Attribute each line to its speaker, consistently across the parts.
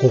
Speaker 1: こ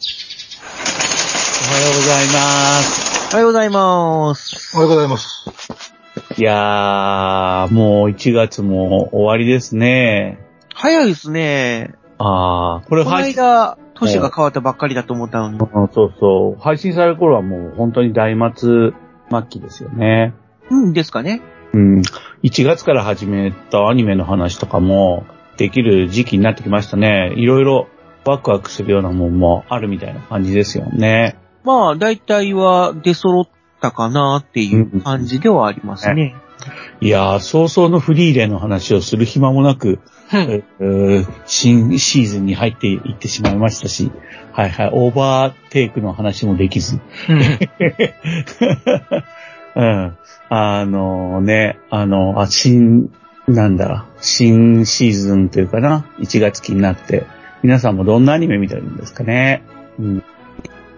Speaker 2: おはようございます。
Speaker 3: おはようございます。
Speaker 4: おはようございます。
Speaker 2: いやー、もう1月も終わりですね。
Speaker 3: 早いですね。
Speaker 2: あー、これ
Speaker 3: この
Speaker 2: 配信、
Speaker 3: 間、年が変わったばっかりだと思ったのに。
Speaker 2: うんそうそう、配信される頃はもう本当に大末末期ですよね。
Speaker 3: うんですかね。
Speaker 2: うん、1月から始めたアニメの話とかもできる時期になってきましたね。いろいろワクワクするようなもんもあるみたいな感じですよね。
Speaker 3: まあ、大体は出揃ったかなっていう感じではありますね。
Speaker 2: いやー、早々のフリーレンの話をする暇もなく、えー新シーズンに入っていってしまいましたし、はいはい、オーバーテイクの話もできず。うん。 あのね、あの、あ、新、なんだ、新シーズンというかな、1月期になって、皆さんもどんなアニメ見てるんですかね。うん。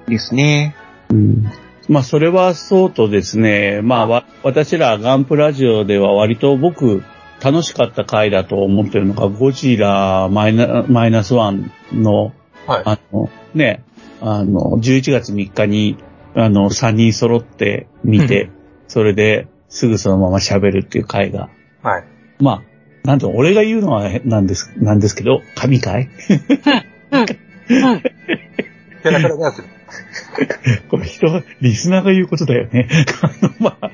Speaker 3: ですね。
Speaker 2: うんまあ、それはそうとですね、まあ、わ私らガンプラジオでは割と僕、楽しかった回だと思ってるのが、ゴジラマイナマイナスワンの、
Speaker 4: はい。
Speaker 2: あの、ね、あの、11月3日に、あの、3人揃って見て、それですぐそのまま喋るっていう回が、
Speaker 4: はい。
Speaker 2: まあ、なんと、俺が言うのはなんです、なんですけど、神回
Speaker 4: ペラペラのやつ。
Speaker 2: これ人、リスナーが言うことだよね。 あの、まあ、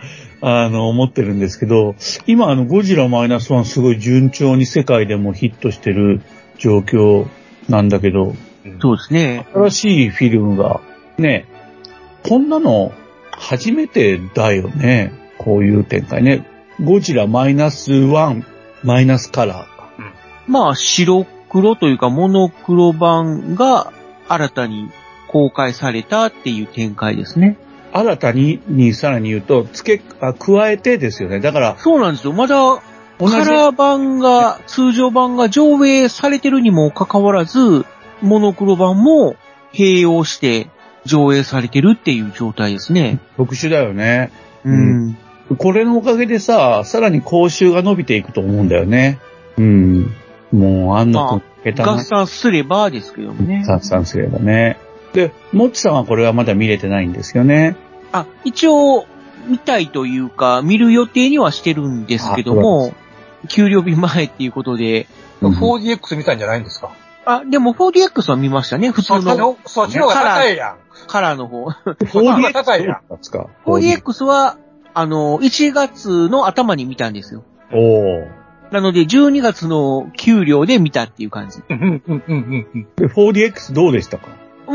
Speaker 2: あの、思ってるんですけど、今、あの、ゴジラマイナスワンすごい順調に世界でもヒットしてる状況なんだけど、
Speaker 3: そうですね。
Speaker 2: 新しいフィルムが、ね、こんなの初めてだよね。こういう展開ね。ゴジラマイナスワン、マイナスカラーか。
Speaker 3: まあ、白黒というか、モノクロ版が新たに公開されたっていう展開ですね。
Speaker 2: 新たに、にさらに言うと、付け、あ加えてですよね。だから、
Speaker 3: そうなんですよ。まだ、
Speaker 2: 同じ
Speaker 3: カラー版が、通常版が上映されてるにもかかわらず、モノクロ版も併用して上映されてるっていう状態ですね。
Speaker 2: 特殊だよね。う
Speaker 3: うんん。
Speaker 2: これのおかげでさ、さらに講習が伸びていくと思うんだよね。うん。もう、あん
Speaker 3: ま
Speaker 2: の
Speaker 3: あ
Speaker 2: くん、下手
Speaker 3: 合
Speaker 2: な
Speaker 3: 算すればですけどもね。
Speaker 2: さ算すればね。で、もっちさんはこれはまだ見れてないんですよね。
Speaker 3: あ、一応、見たいというか、見る予定にはしてるんですけど
Speaker 2: あそう
Speaker 3: も、給料日前っていうことで、
Speaker 2: うん
Speaker 4: 4DX みたいんじゃないんですか
Speaker 3: あ、でも 4DX は見ましたね。普通
Speaker 4: そっち
Speaker 3: の
Speaker 4: の、そっちの方が高いやん。
Speaker 3: カラーの方。
Speaker 4: そっちの方が高いやん。
Speaker 2: なんですか
Speaker 3: 4DX は、あの、1月の頭に見たんですよ。
Speaker 2: おー
Speaker 3: なので、12月の給料で見たっていう感じ。
Speaker 4: うんうんうんうんうん。
Speaker 2: で、4DX どうでしたか
Speaker 3: ま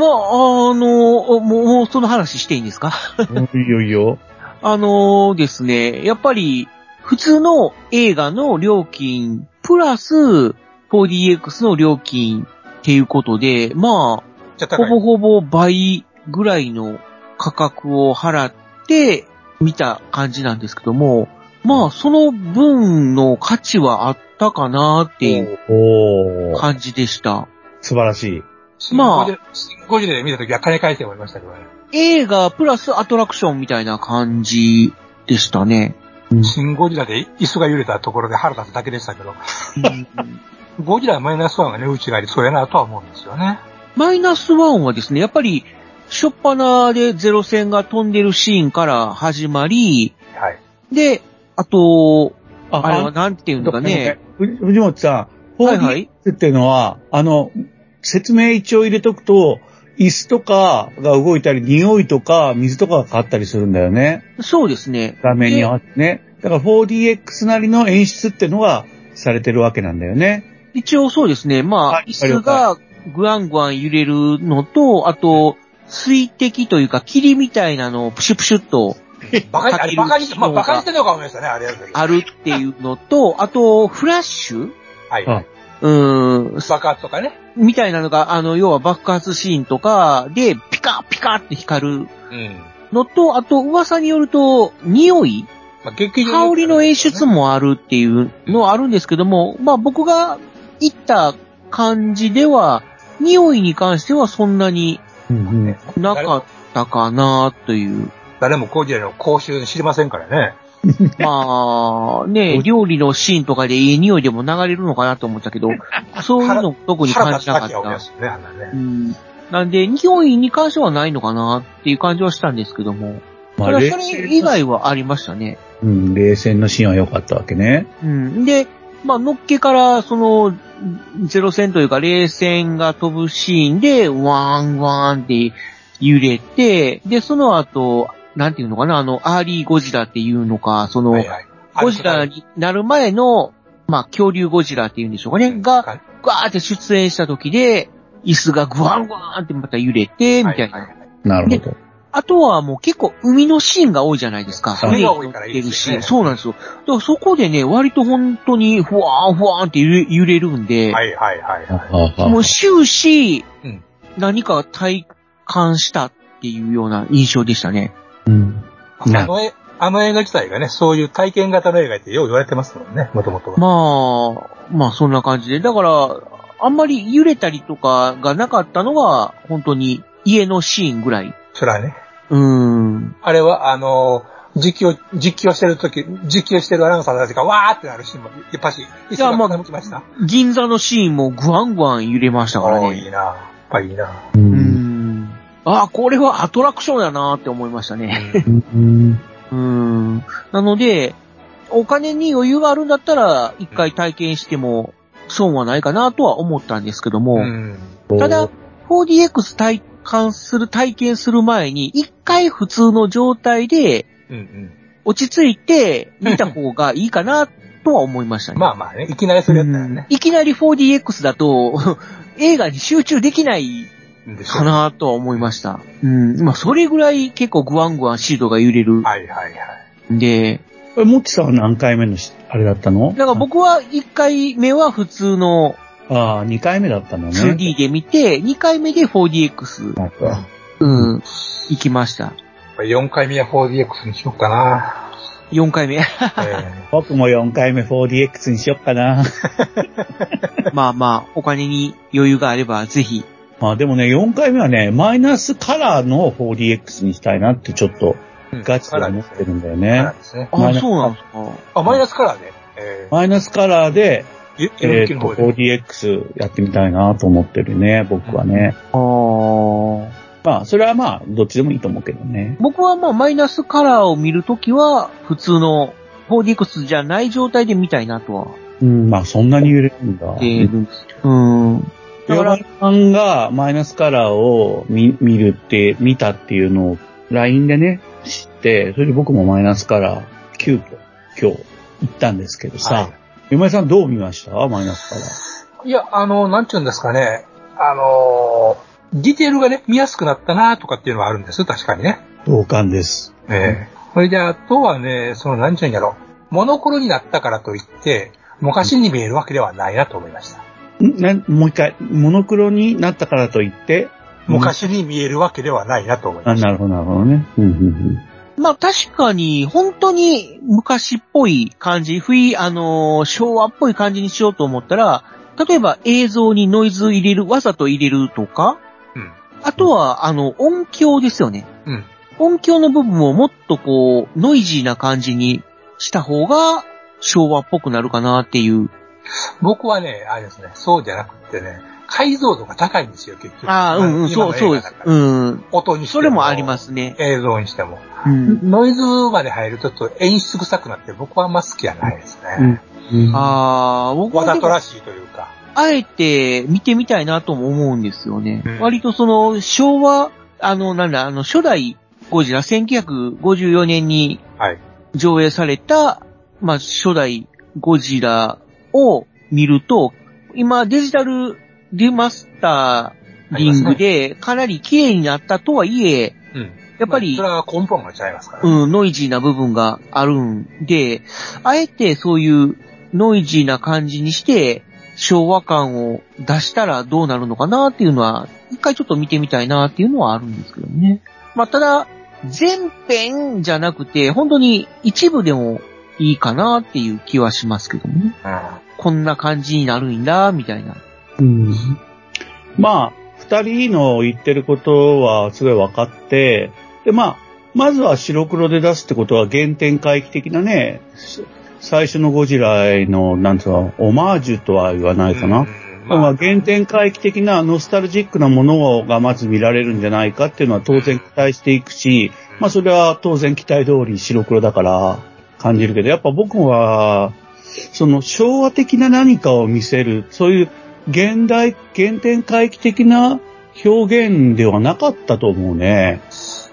Speaker 3: あ、あの、もう、もうその話していいんですか
Speaker 2: いいよいいよ。
Speaker 3: あのですね、やっぱり、普通の映画の料金、プラス 4DX の料金っていうことで、ま
Speaker 4: じゃ
Speaker 3: あ、
Speaker 4: 高
Speaker 3: ほ
Speaker 4: い。
Speaker 3: ぼほぼ倍ぐらいの価格を払って見た感じなんですけども、まあ、その分の価値はあったかなっていう
Speaker 2: おー
Speaker 3: 感じでした。
Speaker 2: 素晴らしい。
Speaker 3: まあ
Speaker 4: まあ。5時で見たときは金返して思いましたけどね。
Speaker 3: 映画プラスアトラクションみたいな感じでし たね。
Speaker 4: シン・ゴジラで椅子が揺れたところで腹立つだけでしたけど、ゴジラマイナスワンがね、うちがりそうやなとは思うんですよね。
Speaker 3: マイナスワンはですね、やっぱり、初っ端でゼロ戦が飛んでるシーンから始まり、
Speaker 4: はい。
Speaker 3: で、あと、
Speaker 2: あ
Speaker 3: あれはなんていうんだかね。。
Speaker 2: あの藤本さん、
Speaker 3: はいはい
Speaker 2: 4DX っていうのは、あの、説明一応入れとくと、椅子とかが動いたり、匂いとか水とかが変わったりするんだよね。
Speaker 3: そうですね。
Speaker 2: 画面に合わせてね。だから 4DX なりの演出ってのがされてるわけなんだよね。
Speaker 3: 一応そうですね。ま
Speaker 2: は
Speaker 3: あ、
Speaker 2: い
Speaker 3: 椅子がグワングワン揺れるのと、あと、水滴というか霧みたいなのをプシュプシュっと
Speaker 4: バカに、あれバカに、まあ、
Speaker 3: 書ける機能が
Speaker 4: バカにしてんのかもしれないですよね、あれやるけど。
Speaker 3: あるっていうのと、あと、フラッシュ
Speaker 4: はいはい。
Speaker 3: うーん、
Speaker 4: 爆発とかね。
Speaker 3: みたいなのが、あの、要は爆発シーンとかで、ピカピカって光る
Speaker 4: うん。
Speaker 3: のと、あと、噂によると、匂い
Speaker 4: まあ、劇場
Speaker 3: 香りの演出もあるっていうのはあるんですけども、まあ僕が行った感じでは、匂いに関してはそんなに
Speaker 2: うんうん
Speaker 3: なかったかなという。
Speaker 4: 誰も工事の講習知りませんからね。
Speaker 3: まあ、 ね、料理のシーンとかでいい匂いでも流れるのかなと思ったけど、そういうの特に感じなか
Speaker 4: 腹立つだ
Speaker 3: っ
Speaker 4: けは思いま
Speaker 3: た。
Speaker 4: すよね、あんなね。
Speaker 3: うんなんで、匂いに関してはないのかなっていう感じはしたんですけども、
Speaker 2: ま
Speaker 3: た
Speaker 2: あ、
Speaker 3: だ
Speaker 2: 冷
Speaker 3: それ以外はありましたね。
Speaker 2: うん、冷戦のシーンは良かったわけね。
Speaker 3: うん。で、まあ、のっけから、その、ゼロ戦というか、冷戦が飛ぶシーンで、ワーンワーンって揺れて、で、その後、なんていうのかな、あの、アーリーゴジラっていうのか、その、
Speaker 4: はいはい。
Speaker 3: ゴジラになる前の、まあ、恐竜ゴジラっていうんでしょうかね、
Speaker 4: が、
Speaker 3: が、ガーって出演した時で、椅子がグワングワンってまた揺れて、みたいな。
Speaker 4: はは
Speaker 2: なるほど。
Speaker 3: あとはもう結構海のシーンが多いじゃないですか。
Speaker 4: 海が多いからいいですよね
Speaker 3: 出るシーンそうなんですよ。だからそこでね、割と本当にふわーんふわーんって揺れ揺れるんで、
Speaker 4: はいはいはい
Speaker 2: あ
Speaker 4: はい。
Speaker 2: ああ
Speaker 3: もう終始
Speaker 4: うん、
Speaker 3: 何か体感したっていうような印象でしたね。
Speaker 2: うんな
Speaker 4: あの絵、あの映画自体がね、そういう体験型の映画ってよう言われてますもんね、もともとは。
Speaker 3: まあ、まあそんな感じで。だから、あんまり揺れたりとかがなかったのが、本当に家のシーンぐらい。
Speaker 4: それはね。
Speaker 3: うーん。
Speaker 4: あれは、あのー、実況、実況してる時、実況してるアナウンサーたちがわーってなるシーンも、やっぱし、一緒に
Speaker 3: まあ
Speaker 4: 傾きました。
Speaker 3: 銀座のシーンもグワングワン揺れましたからね。
Speaker 4: おーいいなやっぱいいな
Speaker 2: う
Speaker 3: うんんああ、これはアトラクションやなーって思いましたね。
Speaker 2: うん
Speaker 3: うん。なので、お金に余裕があるんだったら、一回体験しても損はないかなとは思ったんですけども、
Speaker 4: うん。
Speaker 3: ただ、4DX 体感する、体験する前に、一回普通の状態で
Speaker 4: うんうん。
Speaker 3: 落ち着いて見た方がいいかなとは思いましたね。
Speaker 4: まあまあね、いきなりそれやったらね。
Speaker 3: いきなり 4DX だと、 映画に集中できない
Speaker 4: うんでしょ
Speaker 3: かなとは思いました。うん。まあ、それぐらい結構グワングワンシートが揺れる
Speaker 4: はいはいはい。
Speaker 3: んで、
Speaker 2: え、もっちさんは何回目のし、あれだったの
Speaker 3: だから僕は1回目は普通の
Speaker 2: ああ、2回目だったのね。
Speaker 3: 2D で見て、2回目で 4DX、
Speaker 2: なんか
Speaker 3: うん、行きました。
Speaker 4: これ4回目は 4DX にしようかな。
Speaker 3: 4回 目。
Speaker 4: え
Speaker 2: 僕も4回目 4DX にしよっかな。
Speaker 3: まあまあ、お金に余裕があればぜひ。
Speaker 2: まあでもね、4回目はね、マイナスカラーの 4DX にしたいなってちょっと
Speaker 4: え
Speaker 2: ガチで思ってるんだよね。
Speaker 4: カラーですね。
Speaker 3: あ、そうなんですか。
Speaker 4: あ、マイナスカラーで。え
Speaker 2: マイナスカラーで、
Speaker 4: ー、
Speaker 2: え
Speaker 4: え
Speaker 2: っ
Speaker 4: ー、
Speaker 2: と、
Speaker 4: 方で。
Speaker 2: 4DX やってみたいなと思ってるね、僕はね。
Speaker 3: あー
Speaker 2: まあ、それはまあ、どっちでもいいと思うけどね。
Speaker 3: 僕はまあ、マイナスカラーを見るときは、普通の 4DX じゃない状態で見たいなとは
Speaker 2: うん、まあ、そんなに揺れるんだ。
Speaker 3: 思っているんですけど。うん。だ
Speaker 2: ヨ
Speaker 3: から
Speaker 2: ラさんがマイナスカラーを見見るって、見たっていうのを LINE でね、知って、それで僕もマイナスカラー、急遽、今日、行ったんですけど
Speaker 4: は
Speaker 2: さ
Speaker 4: い、
Speaker 2: 嫁さんどう見ましたマイナスカラー。
Speaker 4: いや、あの、なんちゅうんですかね。あのー、ディテールがね、見やすくなったなとかっていうのはあるんです。確かにね。
Speaker 2: 同感です。
Speaker 4: ええそれで、あとはね、その、なんちゅうんやろ。モノクロになったからといって、昔に見えるわけではないなと思いました。
Speaker 2: んなもう一回、モノクロになったからといって、
Speaker 4: 昔に見えるわけではないなと思い
Speaker 2: あ、
Speaker 4: ました。
Speaker 2: なるほど、なるほどね。うん、
Speaker 3: まあ確かに、本当に昔っぽい感じ、ふい、あのー昭和っぽい感じにしようと思ったら、例えば映像にノイズ入れる、わざと入れるとか、
Speaker 4: うん。
Speaker 3: あとは、あの、音響ですよね。
Speaker 4: うん。
Speaker 3: 音響の部分をもっとこう、ノイジーな感じにした方が、昭和っぽくなるかなっていう。
Speaker 4: 僕はね、あれですね、そうじゃなくてね、解像度が高いんですよ、結局。
Speaker 3: ああ、うんうん、
Speaker 4: 今
Speaker 3: そう、
Speaker 4: の
Speaker 3: そう
Speaker 4: 映画
Speaker 3: で
Speaker 4: だか。
Speaker 3: す
Speaker 4: ら
Speaker 3: うん。
Speaker 4: 音にしても。
Speaker 3: それもありま。すね。
Speaker 4: 映像にしても。
Speaker 3: うん。
Speaker 4: ノイズまで入るとちょっと演出臭くなって僕はあんま好きじゃないですね。
Speaker 2: うん。
Speaker 3: ああ、僕は
Speaker 4: わ
Speaker 3: でも
Speaker 4: ざとらしいというか。
Speaker 3: あえて見てみたいなとも思うんですよね。
Speaker 4: うん
Speaker 3: 割とその昭和、あの、なんだ、あの、初代ゴジラ1954年に
Speaker 4: はい。
Speaker 3: 上映された、まあ、初代ゴジラを見ると、今デジタルリマスタリングでかなり綺麗になったとはいえ、
Speaker 4: うん。
Speaker 3: やっぱり
Speaker 4: ま、あそれは根本が違いますから。
Speaker 3: うん、ノイジーな部分があるんで、あえてそういうノイジーな感じにして、昭和感を出したらどうなるのかなっていうのは、一回ちょっと見てみたいなっていうのはあるんですけどね。まあ、ただ、全編じゃなくて、本当に一部でもいいかなっていう気はしますけどね。
Speaker 4: うん
Speaker 3: こんな感じになるんだ、みたいな。
Speaker 2: うんまあ、二人の言ってることはすごい分かって、で、まあ、まずは白黒で出すってことは原点回帰的なね、し最初のゴジラへの、なんつうの、オマージュとは言わないかな。
Speaker 4: うん
Speaker 2: ま
Speaker 4: ま
Speaker 2: あ、
Speaker 4: あ、
Speaker 2: 原点回帰的なノスタルジックなものがまず見られるんじゃないかっていうのは当然期待していくし、まあそれは当然期待通り白黒だから感じるけど、やっぱ僕は、その昭和的な何かを見せる、そういう現代、原点回帰的な表現ではなかったと思うね。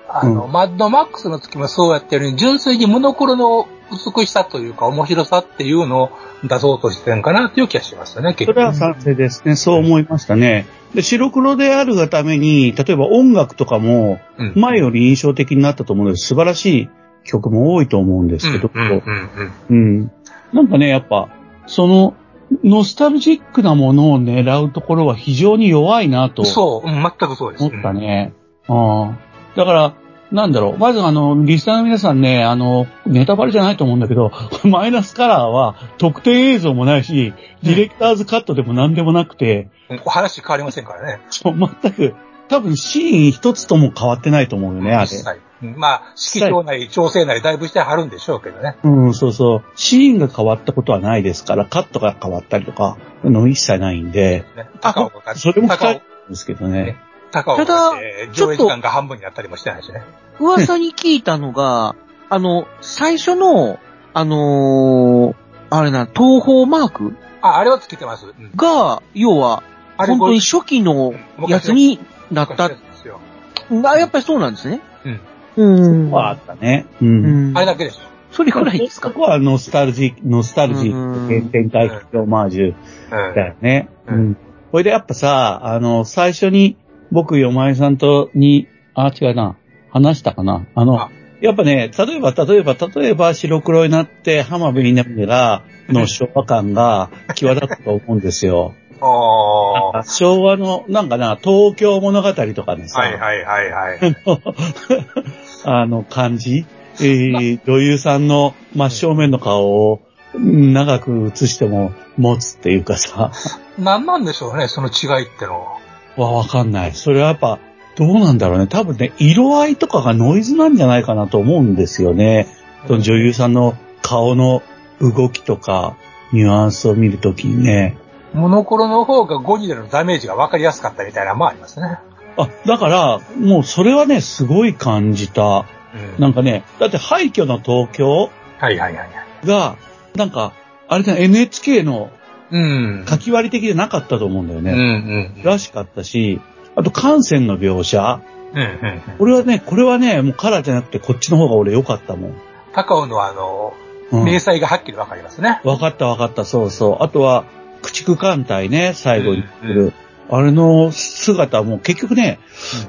Speaker 4: あの、マッドマックスの時もそうやったように、純粋にモノクロの美しさというか、面白さっていうのを出そうとしてるんかなという気がしますよね、
Speaker 2: そ
Speaker 4: 結
Speaker 2: れ
Speaker 4: 局。
Speaker 2: は賛成ですね。そう思いましたね。で白黒であるがために、例えば音楽とかも、
Speaker 4: うん
Speaker 2: 前より印象的になったと思うので、素晴らしい曲も多いと思うんですけど、
Speaker 4: うんうんうん
Speaker 2: うんなんかね、やっぱ、その、ノスタルジックなものを狙うところは非常に弱いな
Speaker 4: う
Speaker 2: と
Speaker 4: んそう、うん全くそうです。
Speaker 2: 思ったね。ああだから、なんだろう。まずあの、リスナーの皆さんね、あの、ネタバレじゃないと思うんだけど、 マイナスカラーは特定映像もないし、ディレクターズカットでも何でもなくて、
Speaker 4: うん。お話変わりませんからね。
Speaker 2: そう全く、多分シーン一つとも変わってないと思うよね、あれ。
Speaker 4: 実際。うんまあ、色調内、調整内、だいぶしてはるんでしょうけどね。
Speaker 2: うん、そうそう。シーンが変わったことはないですから、カットが変わったりとか、の一切ないんで、
Speaker 4: ね
Speaker 2: あ
Speaker 4: 高岡が、
Speaker 2: それも
Speaker 4: 高
Speaker 2: 深い
Speaker 4: 岡
Speaker 2: ですけどね。
Speaker 4: 高岡
Speaker 3: ただ
Speaker 4: が、えー上映時間が半分になったりもしてないしね。
Speaker 3: 噂に聞いたのが、あの、最初の、あのーあれな、東方マーク
Speaker 4: あ、あれはつけてます。うん
Speaker 3: が、要は、
Speaker 4: あれ
Speaker 3: 本当に初期のやつになった。
Speaker 4: 昔のやつですよ
Speaker 3: あ、やっぱりそうなんですね。うん。うん。
Speaker 2: はあったね。う。
Speaker 3: うんん
Speaker 4: あれ。だけでしょ。
Speaker 3: それくらいですか
Speaker 2: そこはノスタルジー、ノスタルジ
Speaker 3: う
Speaker 2: ー、
Speaker 3: ん
Speaker 2: 原点回帰オマージュ
Speaker 4: うん
Speaker 2: だよね。う
Speaker 4: うん
Speaker 2: ん。これでやっぱさ、あの、最初に僕、よまえさんとに、あ、違うな、話したかな。あの
Speaker 4: あ、
Speaker 2: やっぱね、例えば、例えば、例えば、白黒になって、浜辺になるが、の昭和感が際立ったと思うんですよ。
Speaker 4: ああ。
Speaker 2: 昭和の、なんかな、東京物語とかのさ、
Speaker 4: はいはいはいはい。
Speaker 2: あの感 じ、えー女優さんの真正面の顔をうん長く映しても持つっていうかさ、
Speaker 4: 何なんでしょうね、その違いってのは。
Speaker 2: わ、わかんない。それはやっぱ、どうなんだろうね。多分ね、色合いとかがノイズなんじゃないかなと思うんですよね。その女優さんの顔の動きとか、ニュアンスを見るときにね。
Speaker 4: モノクロの方がゴジラのダメージが分かりやすかったみたいなのもありますね。
Speaker 2: あ、だから、もうそれはね、すごい感じた。
Speaker 4: うん。
Speaker 2: なんかね、だって廃墟の東京
Speaker 4: はいはいはいはい。
Speaker 2: が、なんか、あれだ、NHK の
Speaker 4: うん。
Speaker 2: 書き割り的じゃなかったと思うんだよ
Speaker 4: うんうん。
Speaker 2: ね。らしかったし、あと感染の描写。
Speaker 4: うんうん。
Speaker 2: 俺はね、これはね、もうカラーじゃなくてこっちの方が俺良かったもん。
Speaker 4: 高尾のあの、
Speaker 2: うん
Speaker 4: 明細がはっきり分かりますね。
Speaker 2: わかったわかった、そうそう。あとは、駆逐艦隊ね、最後に来
Speaker 4: うんう
Speaker 2: る。あれの姿も結局ね、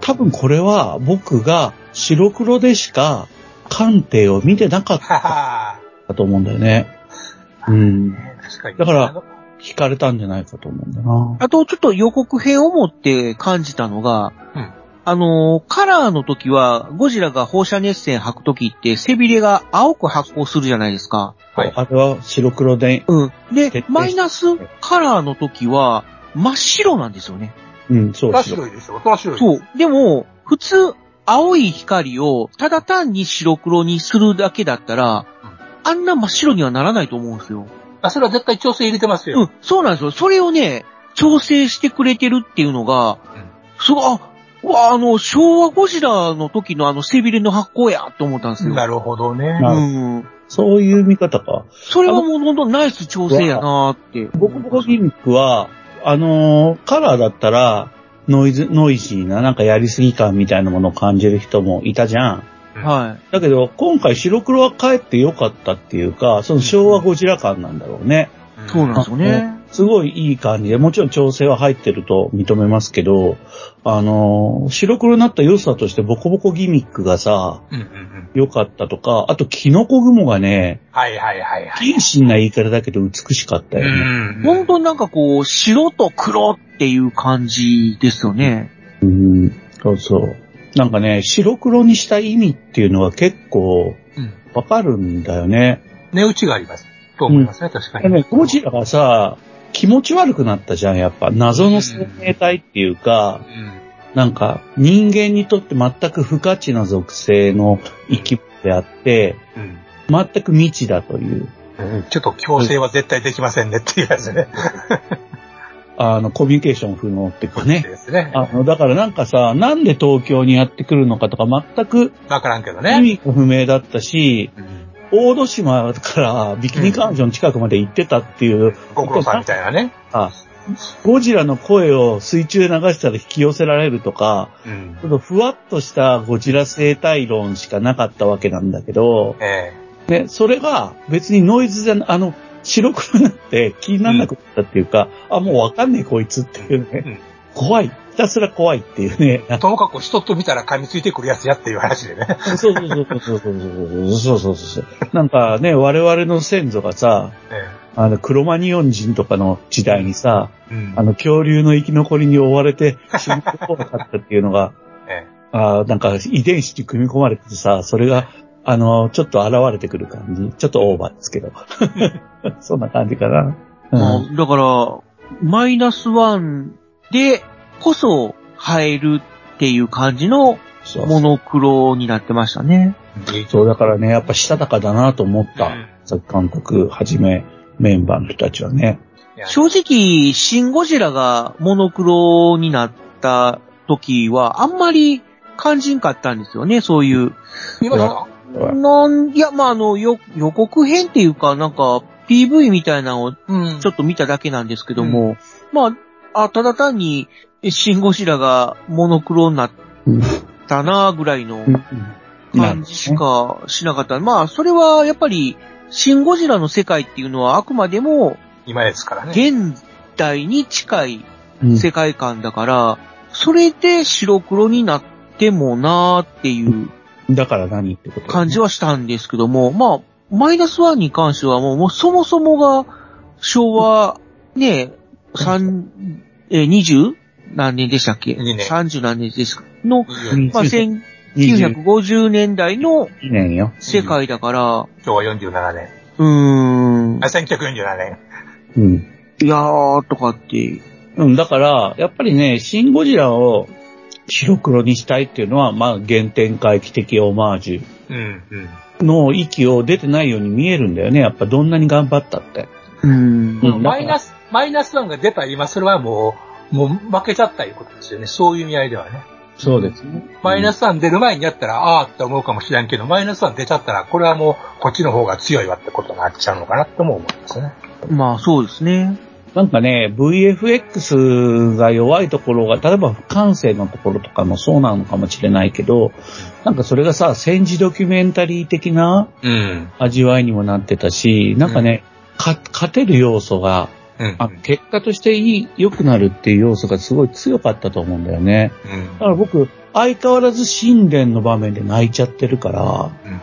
Speaker 2: 多分これは僕が白黒でしか艦艇を見てなかっ
Speaker 4: は
Speaker 2: た
Speaker 4: は
Speaker 2: と思うんだ よね。うん。
Speaker 4: 確かに。
Speaker 2: だから、惹かれたんじゃないかと思うんだな。
Speaker 3: あと、ちょっと予告編をもって感じたのが、
Speaker 4: うん
Speaker 3: あのーカラーの時は、ゴジラが放射熱線吐く時って、背びれが青く発光するじゃないですか。
Speaker 4: はい
Speaker 2: あれは白黒で、
Speaker 3: うん。
Speaker 2: 徹底し
Speaker 3: で
Speaker 2: て、
Speaker 3: マイナスカラーの時は、真っ白なんですよね。
Speaker 2: うん、そ
Speaker 4: そうれは
Speaker 2: 白
Speaker 4: 白いでしょ。それは白い。
Speaker 3: そう。でも、普通、青い光を、ただ単に白黒にするだけだったら、あんな真っ白にはならないと思うんですよ。
Speaker 4: あ、それは絶対調整入れてます
Speaker 3: う
Speaker 4: よ。
Speaker 3: ん、そうなんですよ。それをね、調整してくれてるっていうのが、すごい、あ、うわ、あの、昭和ゴジラの時のあの背びれの発光や、と思ったんですよ。
Speaker 4: なるほどね。
Speaker 2: なる
Speaker 3: うん。
Speaker 2: そういう見方か。
Speaker 3: それはもうほんとナイス調整やなーって。
Speaker 2: ボコボコギミックは、あのーカラーだったら、ノイズ、ノイジーな、なんかやりすぎ感みたいなものを感じる人もいたじゃん。
Speaker 3: は
Speaker 2: だけど、今回白黒は帰って良かったっていうか、その昭和ゴジラ感なんだろうね。
Speaker 3: い。そうなんですよね。
Speaker 2: すごいいい感じで、もちろん調整は入ってると認めますけど、あの、白黒になった良さとしてボコボコギミックがさ、
Speaker 4: うんうんうん。
Speaker 2: 良かったとか、あとキノコ雲がね、
Speaker 4: はいはいはいはい。
Speaker 2: 謹慎な言い方だけど美しかったよね。
Speaker 4: ん
Speaker 3: 本当になんかこう、白と黒っていう感じですよね。
Speaker 2: うん、そうそう。なんかね、白黒にした意味っていうのは結構
Speaker 4: うん
Speaker 2: わかるんだよね。
Speaker 4: 値打ちがあります。と思いますね、確か
Speaker 2: で
Speaker 4: に。
Speaker 2: ね、ゴジラがさ、気持ち悪くなったじゃん、やっぱ。謎の生命体っていうか、
Speaker 4: うん
Speaker 2: なんか人間にとって全く不価値な属性の生き物であって、全く未知だという、
Speaker 4: うんうんちょっと強制は絶対できませんねっていうやつね。
Speaker 2: あの、コミュニケーション不能っていうかね。
Speaker 4: ですね。
Speaker 2: あの、だからなんかさ、なんで東京にやってくるのかとか全く
Speaker 4: わからんけど
Speaker 2: 意
Speaker 4: ね。
Speaker 2: 味が不明だったし、
Speaker 4: うん
Speaker 2: 大野島からビキニカンジョン近くまで行ってたっていう、
Speaker 4: ご苦労さんみたいなね。
Speaker 2: あゴジラの声を水中で流したら引き寄せられるとか、
Speaker 4: うん
Speaker 2: ちょっとふわっとしたゴジラ生態論しかなかったわけなんだけど、
Speaker 4: え
Speaker 2: ね、それが別にノイズじゃな、あの、白黒になって気にならなくなったっていうか、あ、もうわかんねえこいつっていうね、
Speaker 4: うん
Speaker 2: 怖い、ひたすら怖いっていうね、
Speaker 4: えともかく人と見たら噛みついてくるやつやっていう話でね。
Speaker 2: そうそうそうそうそうそうそうそうそう。なんかね、我々の先祖がさ、
Speaker 4: え
Speaker 2: あの、クロマニオン人とかの時代にさ、
Speaker 4: えうん
Speaker 2: あの、恐竜の生き残りに追われて死ぬことがあったっていうのが、
Speaker 4: え
Speaker 2: あーなんか遺伝子に組み込まれててさ、それが、あの、ちょっと現れてくる感じ。ちょっとオーバーですけど。 そんな感じかな。
Speaker 3: ま
Speaker 2: う
Speaker 3: あだから、マイナスワンでこそ入るっていう感じの
Speaker 2: そう
Speaker 3: モノクロになってましたね。
Speaker 4: え
Speaker 2: そう、だからね、やっぱしたたかだなと思った。
Speaker 4: うん
Speaker 2: さっき監督はじめメンバーの人たちはね。
Speaker 4: いや
Speaker 3: 正直、シンゴジラがモノクロになった時は、あんまり感じんかったんですよね、そういう。
Speaker 4: 見ました
Speaker 3: なん、いや、まあ、あの、よ予告編っていうか、なんか、PV みたいなのをち
Speaker 4: うん
Speaker 3: ょっと見ただけなんですけども、まあ、あ、ただ単に、シンゴジラがモノクロになっ
Speaker 2: うん
Speaker 3: たな、ぐらいの
Speaker 2: な
Speaker 3: 感じしかしなかった。まあ、それはやっぱり、シンゴジラの世界っていうのはあくまでも、
Speaker 4: 今ですからね。
Speaker 3: 現代に近い
Speaker 2: うん
Speaker 3: 世界観だから、それで白黒になってもなーっていう
Speaker 2: だから何ってこと
Speaker 3: 感じはしたんですけども、まあ、マイナスワンに関してはもう、もうそもそもが昭和、ね、三、えー、二十何年でしたっけ
Speaker 4: 二年
Speaker 3: 三十何年ですかの、
Speaker 4: 今
Speaker 3: まあ、
Speaker 2: 20
Speaker 3: 1950年代の
Speaker 2: 2年よ。
Speaker 3: 世界だから、
Speaker 4: 日は47年。
Speaker 3: うーん
Speaker 4: あ、、1947年。
Speaker 2: うん。
Speaker 3: いやーとかって、
Speaker 2: うん、だから、やっぱりね、シン・ゴジラを白黒にしたいっていうのは、まあ、原点回帰的オマージ
Speaker 4: うん、うん。
Speaker 2: ュの域を出てないように見えるんだよね。やっぱどんなに頑張ったって。
Speaker 3: うーん
Speaker 2: う、ん
Speaker 4: マイナス、マイナスワンが出た今、それはもう、もう負けちゃったいうことですよね。そういう意味合いではね。
Speaker 2: そうですね。
Speaker 4: マイナスワン出る前にやったら、ああって思うかもしれんけど、マイナスワン出ちゃったら、これはもう、こっちの方が強いわってことになっちゃうのかなとも思いますね。
Speaker 3: まあそうですね。
Speaker 2: なんかね、VFX が弱いところが、例えば不完成のところとかもそうなのかもしれないけど、なんかそれがさ、戦時ドキュメンタリー的な
Speaker 4: うん。
Speaker 2: 味わいにもなってたし、なんかね、か勝てる要素が、
Speaker 4: うん。
Speaker 2: あ結果としていい、良くなるっていう要素がすごい強かったと思うんだよね。だから僕、相変わらず神殿の場面で泣いちゃってるから、
Speaker 4: うん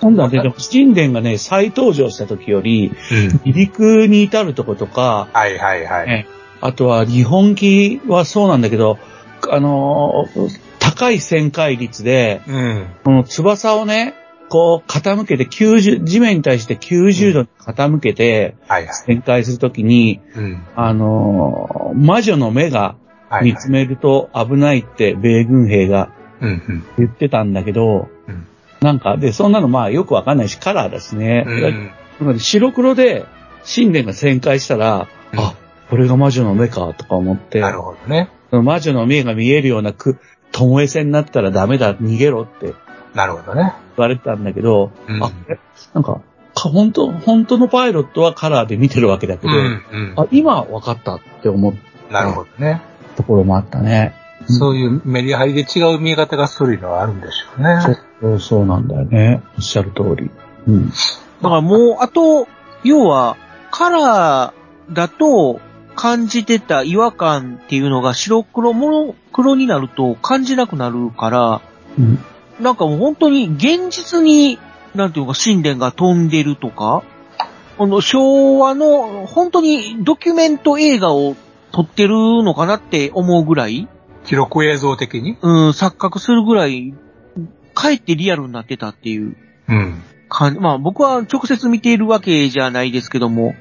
Speaker 2: 今度はね、でも神殿がね、再登場した時より、
Speaker 4: うん。
Speaker 2: 離陸に至るとことか、
Speaker 4: はいはいはい。
Speaker 2: あとは日本機はそうなんだけど、あのー高い旋回率で、
Speaker 4: うん。
Speaker 2: この翼をね、こう傾けて90、地面に対して90度に傾けて
Speaker 4: はいはい。
Speaker 2: 旋回するときに、
Speaker 4: うん。
Speaker 2: あのー魔女の目が
Speaker 4: はい
Speaker 2: 見つめると危ないって米軍兵が
Speaker 4: うん。
Speaker 2: 言ってたんだけど、
Speaker 4: うん
Speaker 2: なんか、で、そんなのまあよくわかんないし、カラーだしね。
Speaker 4: うん。うん。
Speaker 2: だから白黒で神殿が旋回したら、
Speaker 4: うん
Speaker 2: あ、これが魔女の目か、とか思って、
Speaker 4: なるほどね。
Speaker 2: その魔女の目が見えるようなく、巴線になったらダメだ、逃げろって言
Speaker 4: なるほどね。
Speaker 2: われてたんだけど、
Speaker 4: うん
Speaker 2: あ、これなんか、か本当、本当のパイロットはカラーで見てるわけだけ
Speaker 4: うん。
Speaker 2: ど、
Speaker 4: うん。
Speaker 2: あ、今わかったって思う
Speaker 4: なるほどね。
Speaker 2: ところもあったね。うん
Speaker 4: そういうメリハリで違う見え方がするのはあるんでしょう
Speaker 2: そう
Speaker 4: ね。
Speaker 2: そうそうなんだよね。おっしゃる通り。うん。
Speaker 3: だからもう、あと、要は、カラーだと、感じてた違和感っていうのが白黒、モノクロになると感じなくなるから、
Speaker 2: うん
Speaker 3: なんかもう本当に現実に、なんていうか、神殿が飛んでるとか、あの、昭和の、本当にドキュメント映画を撮ってるのかなって思うぐらい、
Speaker 4: 記録映像的に。
Speaker 3: うん、錯覚するぐらい、かえってリアルになってたっていう
Speaker 4: うん。
Speaker 3: 感じ。まあ僕は直接見ているわけじゃないですけど も、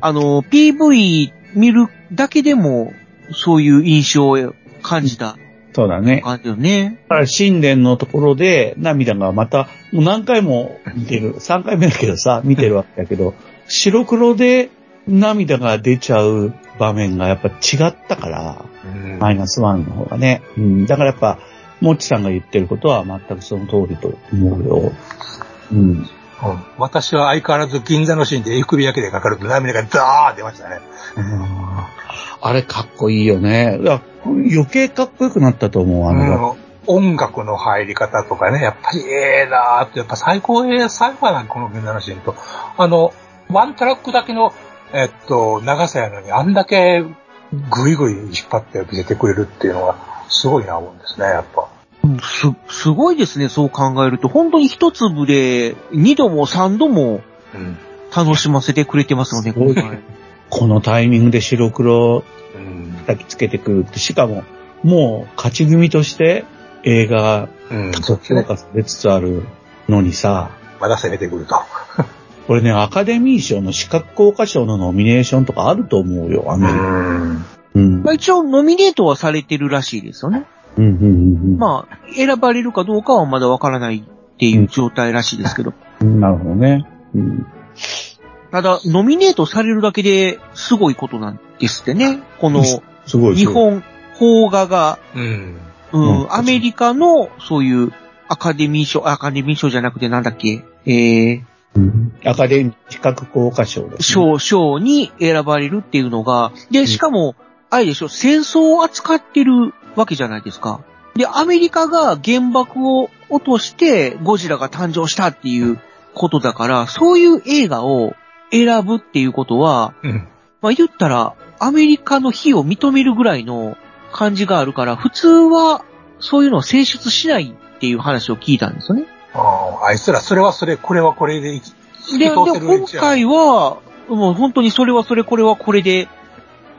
Speaker 3: あの、PV 見るだけでも、そういう印象を感じた
Speaker 2: そうだね。
Speaker 3: 感じよね。
Speaker 2: だから神殿のところで涙がまた、もう何回も見てる、3回目だけどさ、見てるわけだけど、白黒で涙が出ちゃう場面がやっぱ違ったから、
Speaker 4: うん
Speaker 2: マイナスワンの方がね。うん、だからやっぱ、もっちさんが言ってることは全くその通りと思うよ。うん。
Speaker 4: うん私は相変わらず銀座のシーンで首焼けでかかると涙がザーッ出ましたね。
Speaker 2: あれかっこいいよね。だから余計かっこよくなったと思う、あの場面
Speaker 4: うん音楽の入り方とかね、やっぱりええなーって、やっぱ最高ええサイファーなんこの銀座のシーンと。あの、ワントラックだけの、えっと、長さやのにあんだけぐいぐい引っ張って見せてくれるっていうのはすごいな思うんですね、やっぱ。
Speaker 3: うんす、すごいですね、そう考えると。本当に一粒で、二度も三度も
Speaker 4: うん。
Speaker 3: 楽しませてくれてますよね、
Speaker 2: すごい
Speaker 3: 今回。
Speaker 2: このタイミングで白黒
Speaker 4: うん。
Speaker 2: 叩きつけてくるって、しかも、もう勝ち組として映画が
Speaker 4: うん。そ
Speaker 2: 高
Speaker 4: うで
Speaker 2: く
Speaker 4: す
Speaker 2: 評
Speaker 4: ね。
Speaker 2: 価されつつあるのにさ、
Speaker 4: まだ攻めてくると。
Speaker 2: これね、アカデミー賞の視覚効果賞のノミネーションとかあると思うよ、アメリカ。
Speaker 4: ん。
Speaker 2: うん。
Speaker 3: まあ、一応、ノミネートはされてるらしいですよね。
Speaker 2: うんうんうんうん
Speaker 3: まあ、選ばれるかどうかはまだわからないっていう状態らしいですけど。
Speaker 2: なるほどね。うん。
Speaker 3: ただ、ノミネートされるだけですごいことなんですってね。この、
Speaker 2: すごい。
Speaker 3: 日
Speaker 2: すごい。
Speaker 3: 本、邦画が、
Speaker 4: うん。
Speaker 3: うん、
Speaker 2: うん
Speaker 3: アメリカの、そういう、アカデミー賞、アカデミー賞じゃなくてなんだっけ、え
Speaker 2: うんアカデミー視覚効果賞で
Speaker 3: ー、
Speaker 2: すね。
Speaker 3: 賞、賞に選ばれるっていうのが、で、しかも、あれでしょ、戦争を扱ってるわけじゃないですか。で、アメリカが原爆を落として、ゴジラが誕生したっていうことだから、そういう映画を選ぶっていうことは、
Speaker 4: うん。
Speaker 3: まあ言ったら、アメリカの非を認めるぐらいの感じがあるから、普通はそういうのを選出しないっていう話を聞いたんですよね。
Speaker 4: あああいつら、それはそれ、これはこれで生き、
Speaker 3: で、
Speaker 4: 引き通せる
Speaker 3: で今
Speaker 4: 連中や
Speaker 3: 回は、もう本当にそれはそれ、これはこれで、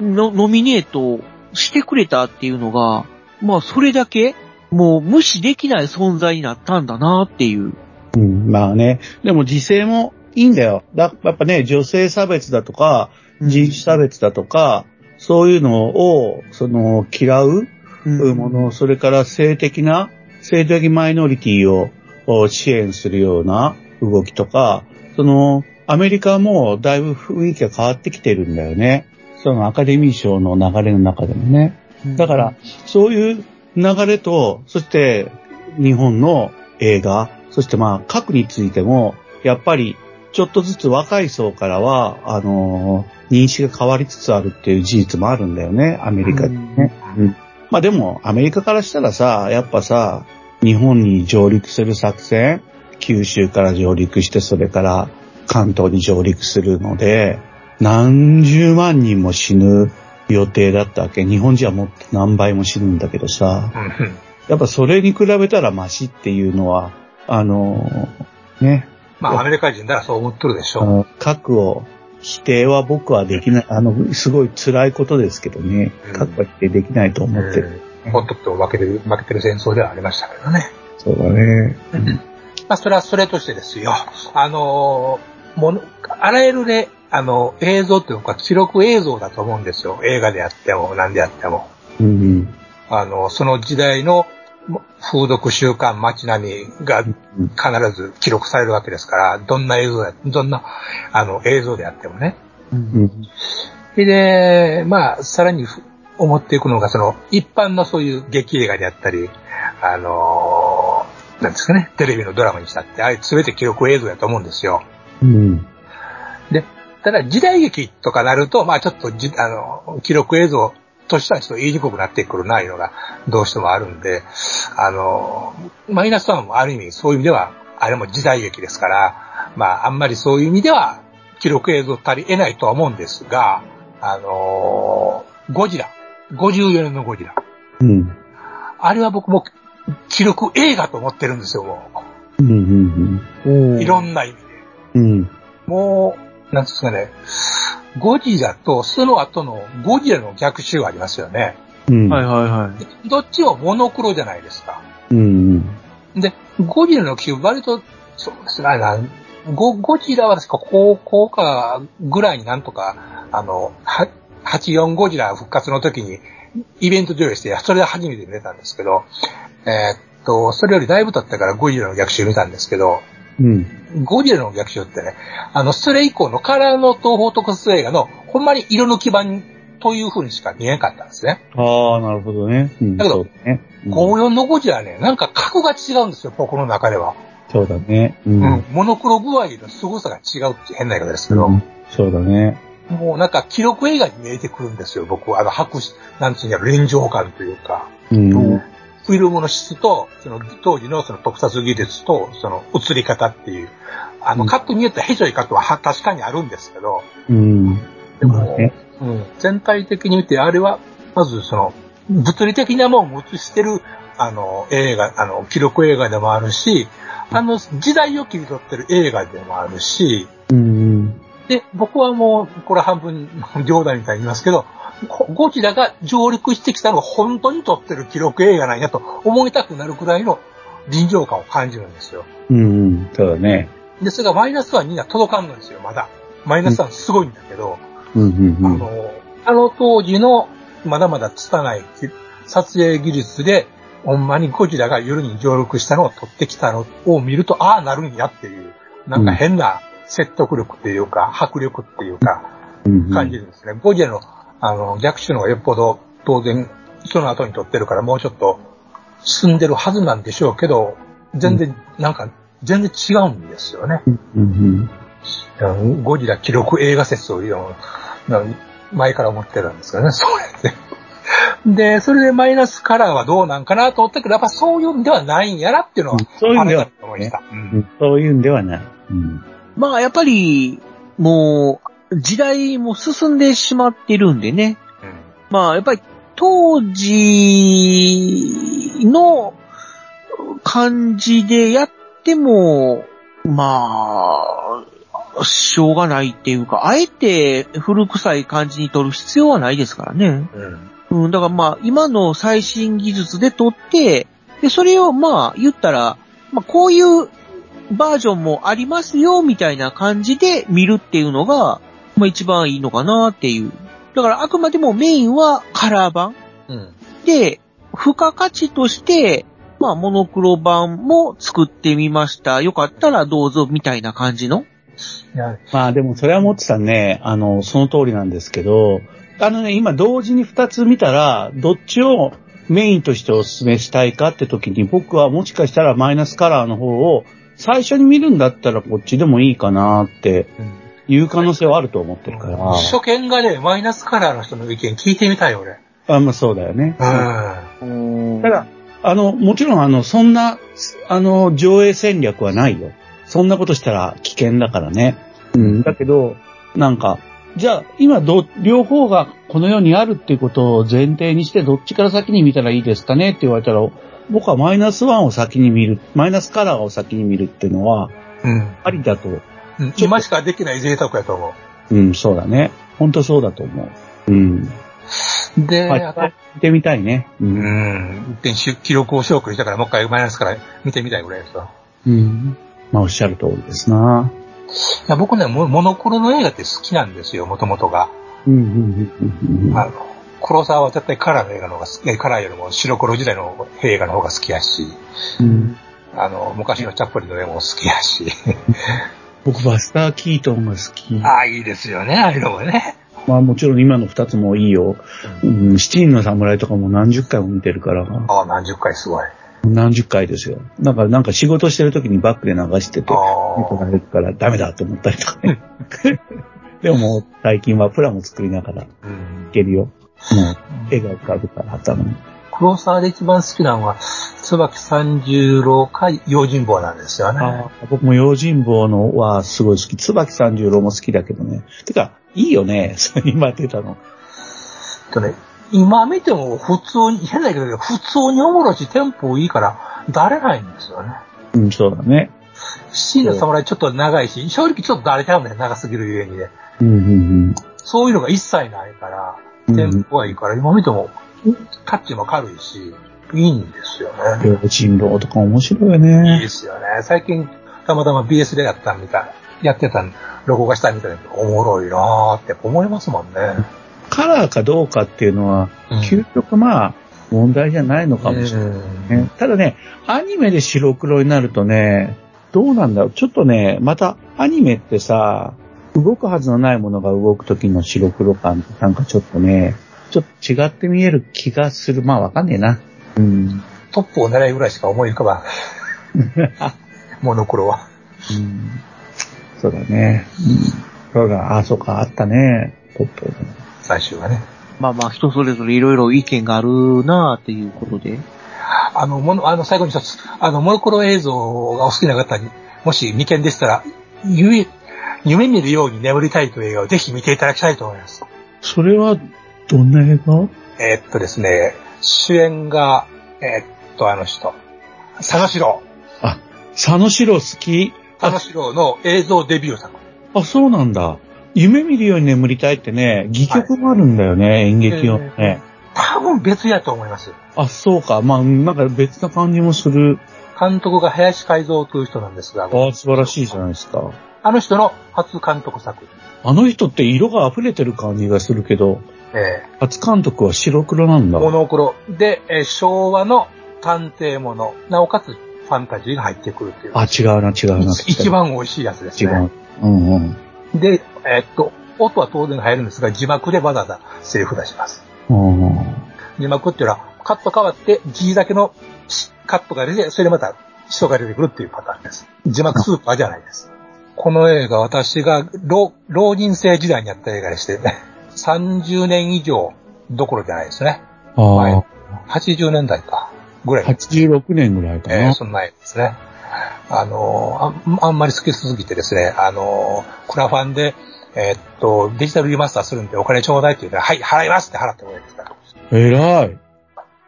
Speaker 3: の、ノミネートしてくれたっていうのが、まあそれだけ、もう無視できない存在になったんだなっていう。
Speaker 2: うん。まあね。でも時勢もいいんだよ。だやっぱね、女性差別だとか、人種差別だとか、そういうのを、その、嫌う
Speaker 3: う
Speaker 2: もの、それから性的な、性的マイノリティをお支援するような動きとか、その、アメリカもだいぶ雰囲気が変わってきてるんだよね。そのアカデミー賞の流れの中でもね。
Speaker 3: うん
Speaker 2: だから、、そういう流れと、そして日本の映画、そしてまあ核についても、やっぱりちょっとずつ若い層からは、あのー認識が変わりつつあるっていう事実もあるんだよね、アメリカでね。うんまあでも、アメリカからしたらさ、やっぱさ、日本に上陸する作戦、九州から上陸して、それから関東に上陸するので、何十万人も死ぬ予定だったわけ。日本人はもっと何倍も死ぬんだけどさ、
Speaker 4: うんうん。
Speaker 2: やっぱそれに比べたらマシっていうのは、あのーね、
Speaker 4: まあ、アメリカ人ならそう思っとるでし
Speaker 2: あ
Speaker 4: ょ
Speaker 2: の、核を否定は僕はできない、あの、すごい辛いことですけどね
Speaker 4: うん、
Speaker 2: 核は否定できないと
Speaker 4: う。
Speaker 2: 思ってる。
Speaker 4: うんほっとくと負けてる、負けてる戦争ではありましたけどね。
Speaker 2: そうだね。
Speaker 4: まあ、それはそれとしてですよ。あのーもの、あらゆるね、あの、映像っていうか、記録映像だと思うんですよ。映画であっても、何であっても。
Speaker 2: うん
Speaker 4: あの、その時代のも風俗習慣、街並みが必
Speaker 2: うん
Speaker 4: ず記録されるわけですから、どんな映像や、どんな、あの、映像であってもね。
Speaker 2: うん。うん
Speaker 4: それで、まあ、さらにふ思っていくのが、その、一般のそういう劇映画であったり、あのーなんですかね、テレビのドラマにしたって、あれ全て記録映像やと思うんですよ。
Speaker 2: うん。
Speaker 4: ただ、時代劇とかなると、まあ、ちょっとじ、あの、記録映像としてはちょっと言いにくくなってくるな、いうのが、どうしてもあるんで、あのーマイナスワンもある意味、そういう意味では、あれも時代劇ですから、まあ、あんまりそういう意味では、記録映像足り得ないとは思うんですが、あのーゴジラ。54年のゴジラ。
Speaker 2: うん。
Speaker 4: あれは僕も記録映画と思ってるんですよ、も
Speaker 2: うんうん
Speaker 4: う。いろんな意味で。
Speaker 2: うん。うん。
Speaker 4: もう、なんですかね、ゴジラとその後のゴジラの逆襲ありますよね。
Speaker 2: うん。
Speaker 3: はいはいはい。
Speaker 4: どっちもモノクロじゃないですか。
Speaker 2: うん。
Speaker 4: で、ゴジラの9割と、そうですね、なゴゴジラは確か高校かぐらいになんとか、あの、は84ゴジラ復活の時にイベント上映して、それで初めて見れたんですけど、えーっと、それよりだいぶ経ったからゴジラの逆襲見たんですけど、
Speaker 2: うん。
Speaker 4: ゴジラの逆襲ってね、あの、それ以降のカラーの東方特撮映画の、ほんまに色の基盤という風にしか見えなかったんですね。
Speaker 2: ああ、なるほどね。うん。
Speaker 4: だけど
Speaker 2: そうね。うん
Speaker 4: 54のゴジラはね、なんか格が違うんですよ、僕の中では。
Speaker 2: そうだね。う
Speaker 4: うんん。、モノクロ具合の凄さが違うって変な言い方ですけど、
Speaker 2: うんそうだね。
Speaker 4: もうなんか記録映画に見えてくるんですよ、僕は。あの、白紙、なんつうんやろ、臨場感というか、
Speaker 2: うん。
Speaker 4: フィルムの質と、その当時のその特撮技術と、その映り方っていう、あ
Speaker 2: う
Speaker 4: の、
Speaker 2: ん
Speaker 4: カットによってヘジョイカットはは確かにあるんですけど、
Speaker 2: うん。
Speaker 4: でも、
Speaker 2: ね
Speaker 4: うん、全体的に見て、あれは、まずその、物理的なもんを映してる、あの、映画、あの、記録映画でもあるし、あの、時代を切り取ってる映画でもあるし、
Speaker 2: うん。
Speaker 4: で、僕はもう、これ半分、冗談みたいに言いますけど、こゴジラが上陸してきたのを本当に撮ってる記録映画なんやと思いたくなるくらいの臨場感を感じるんですよ。
Speaker 2: うん。そうだね。
Speaker 4: ですが、マイナスワンには届かんのですよ、まだ。マイナスワンすごいんだけど、
Speaker 2: うん。うん。う
Speaker 4: あ
Speaker 2: ん。
Speaker 4: の、あの当時の、まだまだ拙い撮影技術で、ほんまにゴジラが夜に上陸したのを撮ってきたのを見ると、ああなるんやっていう、なんか変な説得力っていうか、迫力っていうか、
Speaker 2: うん
Speaker 4: 感じるんですね。ゴジラの、あの、逆襲の方がよっぽど、当然、その後に撮ってるから、もうちょっと、進んでるはずなんでしょうけど、全然、なんか、全然違うんですよね。
Speaker 2: う
Speaker 4: う
Speaker 2: ん。
Speaker 4: んゴジラ記録映画説を言うのなん前から思ってたんですけどね、そうやって。で、それでマイナスカラーはどうなんかなと思ったけど、やっぱそういうんではないんやなっていうのは、
Speaker 2: そういうんでは
Speaker 4: 改めて思いました。うん
Speaker 2: うんそういうんではない。うん。
Speaker 3: まあやっぱり、もう、時代も進んでしまってるんでね。まあやっぱり当時の感じでやっても、まあ、しょうがないっていうか、あえて古臭い感じに撮る必要はないですからね。
Speaker 4: うん
Speaker 3: うん、だからまあ、今の最新技術で撮って、で、それをまあ、言ったら、まあ、こういうバージョンもありますよ、みたいな感じで見るっていうのが、まあ一番いいのかなっていう。だからあくまでもメインはカラー版
Speaker 4: うん
Speaker 3: で、付加価値として、まあモノクロ版も作ってみました。よかったらどうぞ、みたいな感じの。
Speaker 4: いや
Speaker 2: まあでもそれは持ってたね、あの、その通りなんですけど、あのね、今同時に二つ見たら、どっちをメインとしてお勧めしたいかって時に、僕はもしかしたらマイナスカラーの方を最初に見るんだったらこっちでもいいかなっていう可能性はあると思ってるから。
Speaker 4: 初見がね、マイナスカラーの人の意見聞いてみたい、俺。うん。
Speaker 2: あまあそうだよね。
Speaker 4: あ
Speaker 2: ただ、あの、もちろんあの、そんな、あの、上映戦略はないよ。そんなことしたら危険だからね。うん。だけど、なんか、じゃあ、今ど、両方がこの世にあるっていうことを前提にして、どっちから先に見たらいいですかねって言われたら、僕はマイナスワンを先に見る、マイナスカラーを先に見るっていうのは、ありだと。
Speaker 4: うん今しかできない贅沢やと思
Speaker 2: うん、そうだね。本当そうだと思う。うん。
Speaker 4: う。で、
Speaker 2: はい
Speaker 4: あと、
Speaker 2: 見てみたいね。う。
Speaker 4: うんん、で記録を紹介したから、もう一回マイナスから見てみたいぐらいですわ。
Speaker 2: うん。まあ、おっしゃる通りですな。
Speaker 4: いや僕ね、モモノクロの映画って好きなんですよ、もともとが。
Speaker 2: うん、うん、うんうん、うん。
Speaker 4: あの、黒沢は絶対カラーの映画の方が好き、えカラーよりも白黒時代の映画の方が好きやし、
Speaker 2: うん
Speaker 4: あの、昔のチャップリンの絵も好きや し。
Speaker 2: 僕、バスター・キートンが好き。
Speaker 4: ああ、いいですよね、ああいうのもね。
Speaker 2: まあもちろん今の二つもいいよ。うん、七人の侍とかも何十回も見てるから、
Speaker 4: ああ、何十回すごい。
Speaker 2: 何十回ですよ。なんか、なんか仕事してる時にバックで流してて、
Speaker 4: あ
Speaker 2: 見てられるからダメだと思ったりとか ね。でももう最近はプラも作りながらい
Speaker 4: あ、うん。
Speaker 2: けるよ。もう、笑顔浮かぶから頭に。
Speaker 4: 黒沢で一番好きなのは、椿三十郎か用心棒なんですよね。
Speaker 2: あー僕も用心棒のはすごい好き。椿三十郎も好きだけどね。てか、いいよね。 そう今出たの。
Speaker 4: えっとね、今見ても普通に、変だけど、普通におもろいし、テンポいいから、だれないんですよね。
Speaker 2: うん、そうだね。
Speaker 4: シーの侍ちょっと長いし、正直ちょっとだれちゃうんだよ、長すぎるゆえにね。
Speaker 2: うん、うん、
Speaker 4: そういうのが一切ないから、
Speaker 2: うん。
Speaker 4: テンポはいいから、今見ても、タッチも軽いし、いいんですよね。
Speaker 2: 用心棒とか面白いよ
Speaker 4: いい
Speaker 2: ね
Speaker 4: で。すよね。最近、たまたま BS でやったみたい、やってた、録画したみたいなおもろいなーって思いますもんね。
Speaker 2: カラーかどうかっていうのは、
Speaker 4: うん
Speaker 2: 究極まあ、問題じゃないのかもしれない。
Speaker 4: うん
Speaker 2: ねただね、アニメで白黒になるとね、どうなんだろう。ちょっとね、またアニメってさ、動くはずのないものが動くときの白黒感ってなんかちょっとね、ちょっと違って見える気がする。まあわかんねえな。うん。
Speaker 4: トップを狙いぐらいしか思い浮か ばない。モノクロは。
Speaker 2: うんそうだね。うん、そうだ、あ、そうか、あったね。トップ。
Speaker 4: 最終はね。
Speaker 3: まあまあ、人それぞれいろいろ意見があるなあということで。
Speaker 4: あの、もの、あの、最後に一つ、あの、モノクロ映像がお好きな方に、もし未見でしたら、夢、夢見るように眠りたいという映画をぜひ見ていただきたいと思います。
Speaker 2: それは、どんな映画
Speaker 4: えーっとですね、主演が、えーっと、あの人、佐野史郎。
Speaker 2: あ、佐野史郎好き
Speaker 4: 佐野史郎の映像デビュー作。
Speaker 2: あ、そうなんだ。夢見るように眠りたいってね、戯曲があるんだよね、演劇をね。
Speaker 4: 多分別やと思います。
Speaker 2: あ、そうか。まあ、なんか別な感じもする。
Speaker 4: 監督が林海蔵という人なんですが、
Speaker 2: あ素晴らしいじゃないですか。
Speaker 4: あの人の初監督作。
Speaker 2: あの人って色が溢れてる感じがするけど、
Speaker 4: え
Speaker 2: 初監督は白黒なん
Speaker 4: ー
Speaker 2: だ。
Speaker 4: モノクロで、えー昭和の探偵もの、なおかつファンタジーが入ってくるっていう。
Speaker 2: あ、違うな、違うな。
Speaker 4: 一番美味しいやつです
Speaker 2: 違
Speaker 4: ね
Speaker 2: う。。うんうん。
Speaker 4: で、えーっと、音は当然入るんですが、字幕でわざわざセリフ出します。
Speaker 2: うん
Speaker 4: 字幕っていうのは、カット変わって、字だけのしカットが出て、それでまた人が出てくるっていうパターンです。字幕スーパーじゃないです。この映画、私が老老人生時代にやった映画でして、ね、30年以上どころじゃないですね。
Speaker 2: あ
Speaker 4: い80年代か、ぐら
Speaker 2: あ、
Speaker 4: い、
Speaker 2: 86年ぐらいか
Speaker 4: えー
Speaker 2: な。
Speaker 4: そんな映画ですね。あのーあん、あんまり好きすぎてですね、あのークラファンで、えーっと、デジタルリマスターするんでお金ちょうだいって言うから、はい、払いますって払ってもらいました。
Speaker 2: 偉い。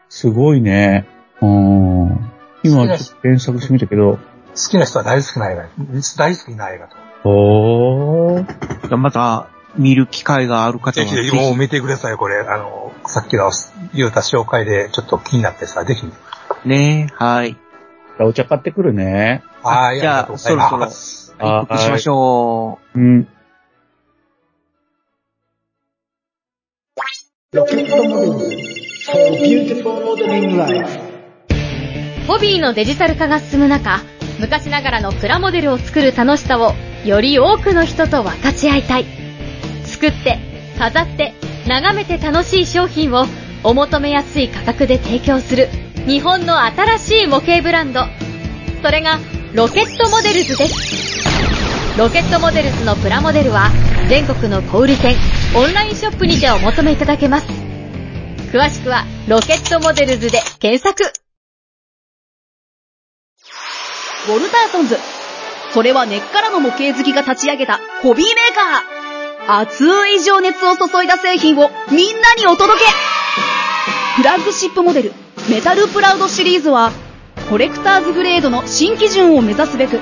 Speaker 2: すごいね。うん。今、ちょっと検索してみたけど、
Speaker 4: 好きな人は大好きな映画、大好きな映画と。
Speaker 2: おー。
Speaker 3: また、見る機会がある方
Speaker 4: ぜ
Speaker 3: は
Speaker 4: ひ
Speaker 3: ぜ
Speaker 4: ぜ
Speaker 3: ひ
Speaker 4: ひ、もう見てください、これ。あの、さっきの言うた紹介でちょっと気になってさ、ぜひ。
Speaker 3: ね、はい。
Speaker 2: お茶買ってくるね。
Speaker 4: はい、
Speaker 3: じゃあ
Speaker 4: ありがとうございます。
Speaker 3: はい、告知しましょう。
Speaker 2: うん。
Speaker 5: ホビーのデジタル化が進む中、昔ながらのプラモデルを作る楽しさをより多くの人と分かち合いたい。作って、飾って、眺めて楽しい商品をお求めやすい価格で提供する日本の新しい模型ブランド。それがロケットモデルズです。ロケットモデルズのプラモデルは全国の小売店、オンラインショップにてお求めいただけます。詳しくはロケットモデルズで検索。ウォルターソンズ。それは根っからの模型好きが立ち上げたホビーメーカー。熱い情熱を注いだ製品をみんなにお届けフラッグシップモデル、メタルプラウドシリーズは、コレクターズグレードの新基準を目指すべく、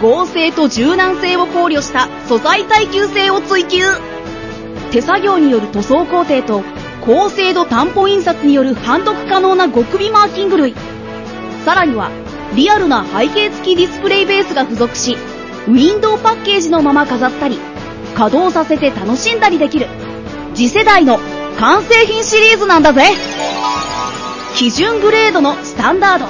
Speaker 5: 合成と柔軟性を考慮した素材耐久性を追求。手作業による塗装工程と、高精度担保印刷による判読可能な極微マーキング類。さらには、リアルな背景付きディスプレイベースが付属し、ウィンドウパッケージのまま飾ったり、稼働させて楽しんだりできる、次世代の完成品シリーズなんだぜ基準グレードのスタンダード。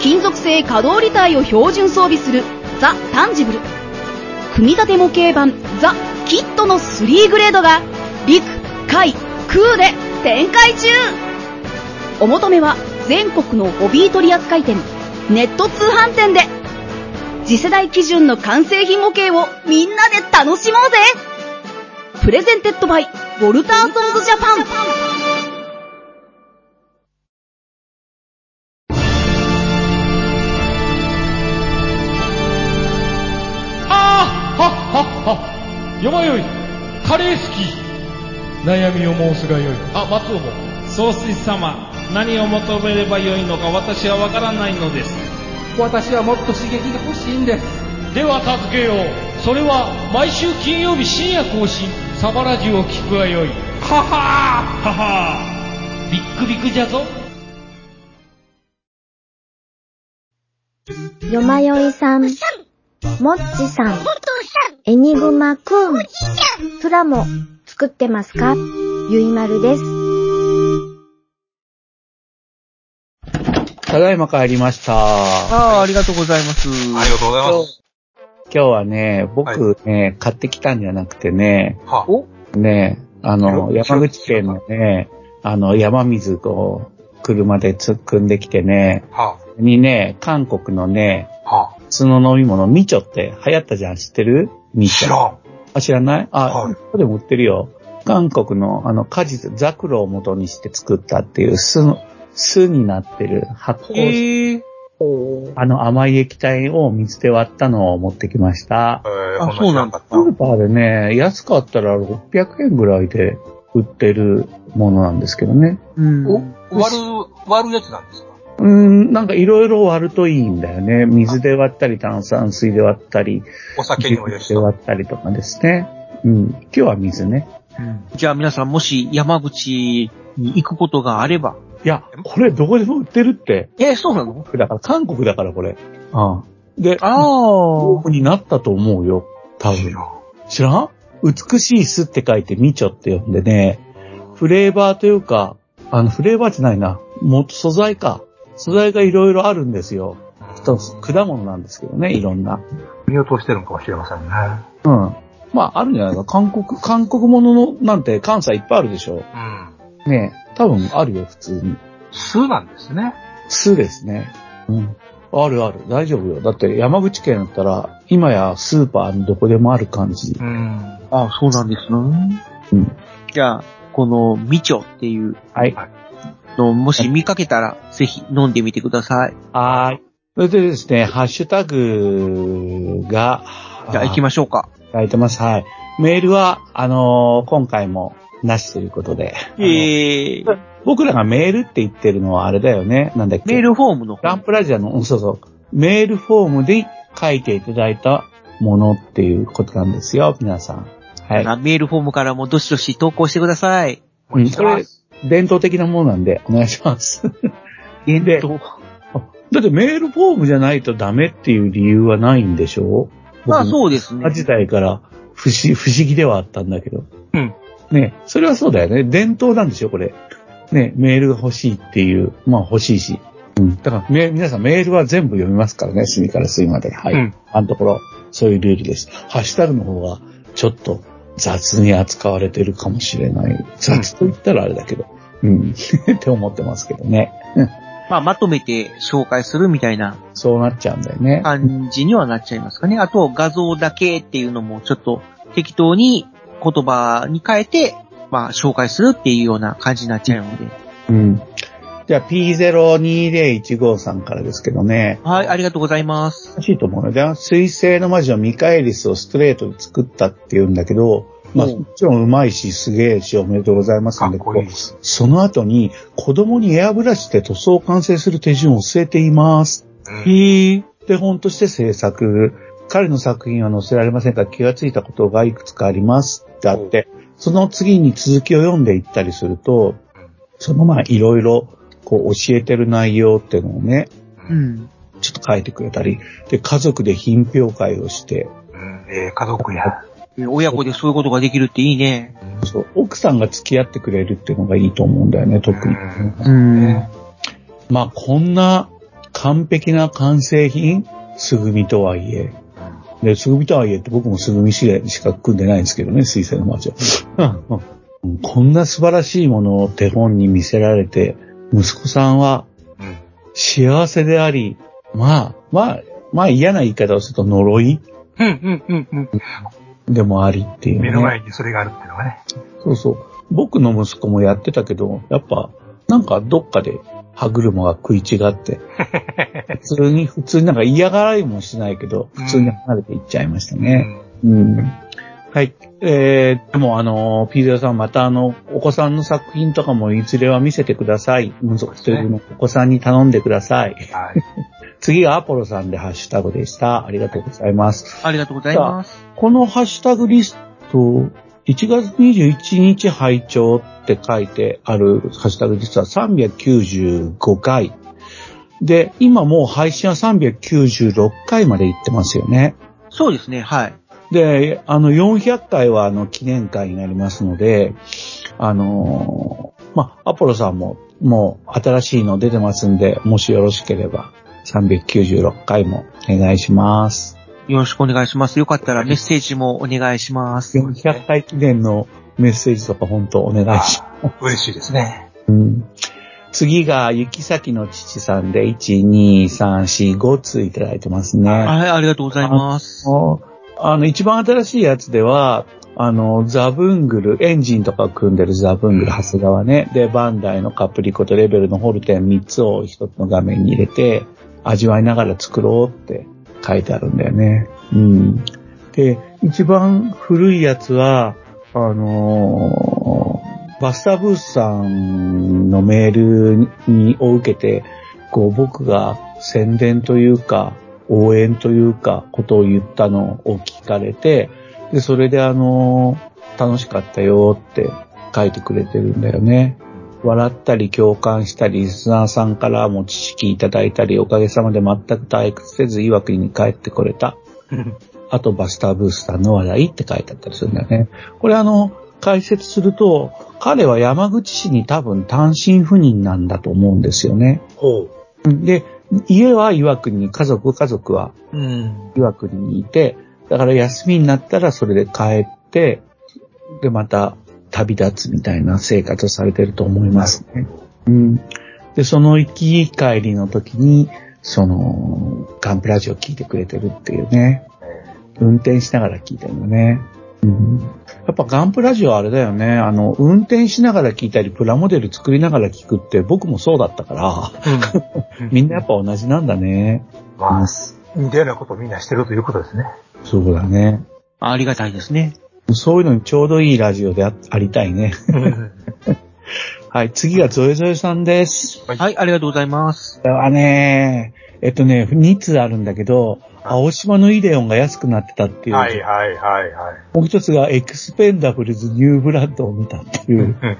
Speaker 5: 金属製可動履帯を標準装備するザ・タンジブル。組み立て模型版ザ・キットの3グレードが、陸、海、空で展開中お求めは全国のホビー取扱店、ネット通販店で。次世代基準の完成品模型をみんなで楽しもうぜプレゼンテッドバイ、ウォルターソンズジャパン
Speaker 6: よまよいカレー好き悩みを申すがよいあ松尾も
Speaker 7: 総帥様何を求めればよいのか私はわからないのです
Speaker 6: 私はもっと刺激が欲しいんですでは助けようそれは毎週金曜日深夜更新サバラジュを聞くがよいははーははービックビックじゃぞ
Speaker 8: よまよいさん、もっちさん、エニグマくん、プラも作ってますかゆいまるです。
Speaker 2: ただいま帰りました。
Speaker 3: ああ、ありがとうございます。
Speaker 4: ありがとうございます。
Speaker 2: 今日はね、僕ね、買ってきたんじゃなくてね、
Speaker 4: は
Speaker 3: お
Speaker 2: ね、あの、
Speaker 4: よ
Speaker 2: 山口県のね、あの、山水を車で突っ込んできてね、
Speaker 4: は
Speaker 2: にね、韓国のね、
Speaker 4: は
Speaker 2: その飲み物、ミチョって流行ったじゃん、知ってるミ
Speaker 4: 知
Speaker 2: チョ。
Speaker 4: らん。
Speaker 2: あ、知らないあ、
Speaker 4: はい
Speaker 2: ここでも売ってるよ。韓国の、あの、果実、ザクロを元にして作ったっていう、酢の、酢になってる、発酵し
Speaker 3: ええ
Speaker 2: あの甘い液体を水で割ったのを持ってきました
Speaker 4: え。ー、
Speaker 3: あ
Speaker 4: こ知らかった
Speaker 2: スーパーでね、安かったら600円ぐらいで売ってるものなんですけどね。
Speaker 3: うん。
Speaker 4: お割る、割るやつなんですか
Speaker 2: うーん、なんかいろいろ割るといいんだよね。水で割ったり、炭酸水で割ったり、
Speaker 4: お酒にもよし
Speaker 2: 牛で
Speaker 4: と。
Speaker 2: 割ったりとかですね。うん、今日は水ね。
Speaker 3: じゃあ皆さんもし山口に行くことがあれば。
Speaker 2: いや、これどこでも売ってるって。
Speaker 3: えそうなの
Speaker 2: だから、韓国だからこれ。うん。で、
Speaker 3: ああ
Speaker 2: 豆。腐になったと思うよ。多分。知らん美しい酢って書いてみちょって呼んでね、フレーバーというか、あの、フレーバーじゃないな。もっと素材か。素材がいろいろあるんですよ。一つ果物なんですけどね、いろんな。
Speaker 4: 見落としてるのかもしれませんね。
Speaker 2: うん。まあ、あるんじゃないか。韓国、韓国ものの、なんて関西いっぱいあるでしょ。
Speaker 4: うん。
Speaker 2: ねえ多分あるよ、普通に。
Speaker 4: 酢なんですね。
Speaker 2: 酢ですね。うん。あるある。大丈夫よ。だって山口県だったら、今やスーパーのどこでもある感じ。
Speaker 4: うん。
Speaker 3: あそうなんですね。
Speaker 2: うん
Speaker 3: じゃあ、このみちょっていう
Speaker 2: はい。
Speaker 3: のをもし見かけたら、ぜひ飲んでみてください。
Speaker 2: はーい。それでですね、ハッシュタグが、
Speaker 3: じゃあ行きましょうか。
Speaker 2: す。いてます。はい。メールは、あのー今回も、なしということで。
Speaker 3: えー、
Speaker 2: あの僕らがメールって言ってるのはあれだよね。なんだっけ。
Speaker 3: メールフォームの方
Speaker 2: ランプラジアの、うんそうそう。メールフォームで書いていただいたものっていうことなんですよ、皆さん。はい。
Speaker 3: あメールフォームからもどしどし投稿してください。
Speaker 4: もう一
Speaker 2: それ
Speaker 4: 回。、
Speaker 2: 伝統的なものなんで、お願いします。
Speaker 3: 伝
Speaker 2: で
Speaker 3: 統。
Speaker 2: だってメールフォームじゃないとダメっていう理由はないんでしょ
Speaker 3: まあ
Speaker 2: う。
Speaker 3: そうですね
Speaker 2: 僕。時代から不思不思議ではあったんだけど。
Speaker 4: うん。
Speaker 2: ねそれはそうだよね。伝統なんでしょ、これ。ねメールが欲しいっていう、まあ欲しいし。うん。だから、め皆さんメールは全部読みますからね、隅から隅まで。はい。
Speaker 4: うん
Speaker 2: あのところ、そういうルールです。ハッシュタグの方は、ちょっと雑に扱われてるかもしれない。雑と言ったらあれだけど。うん。 って思ってますけどね。うん。
Speaker 3: まあまとめて紹介するみたいな
Speaker 2: そうなっちゃうんだよね。
Speaker 3: 感じにはなっちゃいますかね。あと画像だけっていうのもちょっと適当に言葉に変えて、まあ紹介するっていうような感じになっちゃうので。
Speaker 2: うん。じゃあ P020153 さんからですけどね。
Speaker 3: はい、ありがとうございます。
Speaker 2: 難しいと思うので、水星の魔女ミカエリスをストレートで作ったっていうんだけど、まあ、
Speaker 3: うん
Speaker 2: もちろんうまいし、すげえし、おめでとうございます
Speaker 4: か
Speaker 2: ん
Speaker 4: っ
Speaker 2: だけ
Speaker 4: こい
Speaker 2: ど
Speaker 4: い、です。
Speaker 2: その後に、子供にエアブラシで塗装を完成する手順を据えています。
Speaker 4: うん
Speaker 2: へえ。で、本として制作。彼の作品は載せられませんが、気がついたことがいくつかあります。ってあって、その次に続きを読んでいったりすると、そのまあいろいろ、こう教えてる内容っていうのをね、
Speaker 3: うん。
Speaker 2: ちょっと書いてくれたり、で、家族で品評会をして、
Speaker 4: うん。ええ家族や。
Speaker 3: 親子でそういうことができるっていいね。
Speaker 2: そう、奥さんが付き合ってくれるっていうのがいいと思うんだよね、特に。
Speaker 4: うん
Speaker 3: うん。
Speaker 2: まあ、こんな完璧な完成品、すぐみとはいえ。で、すぐみとはいえって僕もすぐみしか組んでないんですけどね、水星の街は。うん こんな素晴らしいものを手本に見せられて、息子さんは
Speaker 4: うん
Speaker 2: 幸せであり、まあ、まあ、まあ嫌な言い方をすると呪い
Speaker 4: うんうんうんうん。
Speaker 2: でもありっていう、ね。
Speaker 4: 目の前にそれがあるっていうのがね。
Speaker 2: そうそう。僕の息子もやってたけど、やっぱ、なんかどっかで歯車が食い違 って、普通に、普通になんか嫌がらいもしないけど、普通に離れていっちゃいました
Speaker 4: う
Speaker 2: ね。
Speaker 4: ん
Speaker 2: うん。はい。えー、でもあのー、ピザさんまたあの、お子さんの作品とかもいずれは見せてください。うん、そうというのをお子さんに頼んでください。
Speaker 4: はい。
Speaker 2: 次がアポロさんでハッシュタグでした。ありがとうございます。
Speaker 3: ありがとうございます。
Speaker 2: このハッシュタグリスト、1月21日拝聴って書いてあるハッシュタグリストは395回。で、今もう配信は396回まで行ってますよね。
Speaker 3: そうですね、はい。
Speaker 2: で、あの、400回はあの、記念会になりますので、あのーまあ、アポロさんも、もう新しいの出てますんで、もしよろしければ、396回もお願いします。
Speaker 3: よろしくお願いします。よかったらメッセージもお願いします。
Speaker 2: 400回記念のメッセージとか本当お願いします。
Speaker 4: 嬉しいですね。
Speaker 2: うん次が、ゆきさきの父さんで、1、2、3、4、5ついただいてますね。
Speaker 3: はい、ありがとうございます。
Speaker 2: あの、一番新しいやつでは、あの、ザブングル、エンジンとかを組んでるザブングル、長谷川ね。で、バンダイのカプリコとレベルのホルテン3つを一つの画面に入れて、味わいながら作ろうって書いてあるんだよね。うん。で、一番古いやつは、あのーバスタブースさんのメールにを受けて、こう僕が宣伝というか、応援というか、ことを言ったのを聞かれて、で、それであの、楽しかったよって書いてくれてるんだよね。笑ったり共感したり、リスナーさんからも知識いただいたり、おかげさまで全く退屈せず、いわくに帰ってこれた。あと、バスターブースターの話題って書いてあったりするんだよね。これあの、解説すると、彼は山口市に多分単身赴任なんだと思うんですよね。
Speaker 4: ほう。
Speaker 2: で、家は岩国に、家族、家族は
Speaker 4: うん。
Speaker 2: 岩国にいて、だから休みになったらそれで帰って、で、また旅立つみたいな生活をされてると思いますね。うん。で、その行き帰りの時に、その、ガンプラジオ聞いてくれてるっていうね。運転しながら聞いてるのね。うん。やっぱガンプラジオあれだよね。あの、運転しながら聞いたり、プラモデル作りながら聞くって僕もそうだったから。 みんなやっぱ同じなんだね。
Speaker 4: まあ、似たようなことをみんなしてるということですね。
Speaker 2: そうだね。
Speaker 3: ありがたいですね。
Speaker 2: そういうのにちょうどいいラジオであありたいね。はい、次がゾエゾエさんです。
Speaker 4: はい
Speaker 3: はい、ありがとうございます。
Speaker 2: これはね、えっとね、2通あるんだけど、青島のイデオンが安くなってたっていう。
Speaker 4: はいはいはいはい。
Speaker 2: もう一つがエクスペンダブルズニューブラッドを見たっていう
Speaker 4: うんうん
Speaker 2: や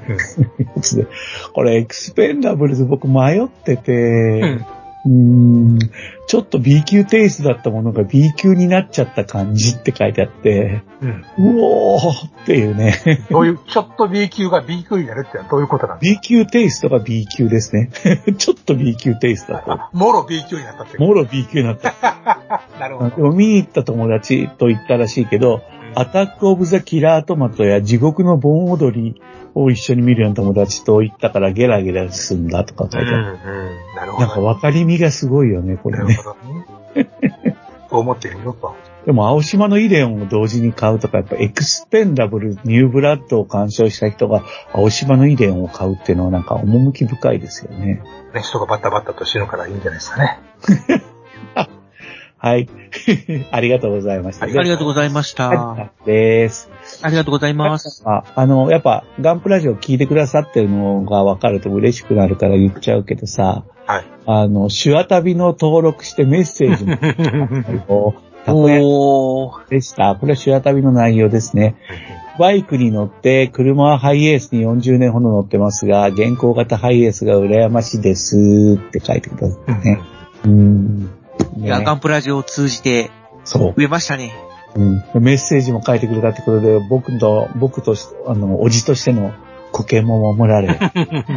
Speaker 2: つで。これエクスペンダブルズ僕迷ってて、うーん、ちょっと B 級テイストだったものが B 級になっちゃった感じって書いてあって、
Speaker 4: うん
Speaker 2: うおーっていうね。
Speaker 4: どういう、ちょっと B 級が B 級になるってのはどういうことなんです
Speaker 2: B 級テイストが B 級ですね。 ちょっと B 級テイストだ
Speaker 4: か
Speaker 2: と。
Speaker 4: あもろ B 級になったってこ
Speaker 2: もろ B 級になった。
Speaker 4: と。なるほ
Speaker 2: で
Speaker 4: ど。
Speaker 2: も見に行った友達と言ったらしいけど、アタックオブザキラートマトや地獄の盆踊りを一緒に見るような友達と行ったからゲラゲラすんだとか
Speaker 4: う
Speaker 2: 書
Speaker 4: ん
Speaker 2: いてある。
Speaker 4: うん。なるほ
Speaker 2: なんか
Speaker 4: ど。
Speaker 2: 分かりみがすごいよね、こ
Speaker 4: な
Speaker 2: れ
Speaker 4: る
Speaker 2: ね。
Speaker 4: ほど ね。そう思ってるよと。
Speaker 2: でも、青島のイデオンを同時に買うとか、やっぱエクスペンダブルニューブラッドを鑑賞した人が、青島のイデオンを買うっていうのはなんか趣深いですよね。
Speaker 4: ね、人がバッタバッタと死ぬからいいんじゃないですかね。
Speaker 2: はい。 ありがとうございました。
Speaker 4: は
Speaker 3: ありがとうございました。
Speaker 2: です。
Speaker 3: ありがとうございます。
Speaker 2: ああの、やっぱ、ガンプラジオ聞いてくださってるのが分かると嬉しくなるから言っちゃうけどさ、
Speaker 4: はい。
Speaker 2: あの、手話旅の登録してメッセージも、 こうたこ焼き
Speaker 3: おー。
Speaker 2: でした。これは手話旅の内容ですね。バイクに乗って、車はハイエースに40年ほど乗ってますが、現行型ハイエースが羨ましいですって書いてくださってね。うん。
Speaker 3: いや、
Speaker 2: ね
Speaker 3: ガンプラジオを通じて、
Speaker 2: そう。
Speaker 3: 増えましたね。
Speaker 2: うん、メッセージも書いてくれたってことで、僕と、僕とし、あの、おじとしての固形も守ら れ。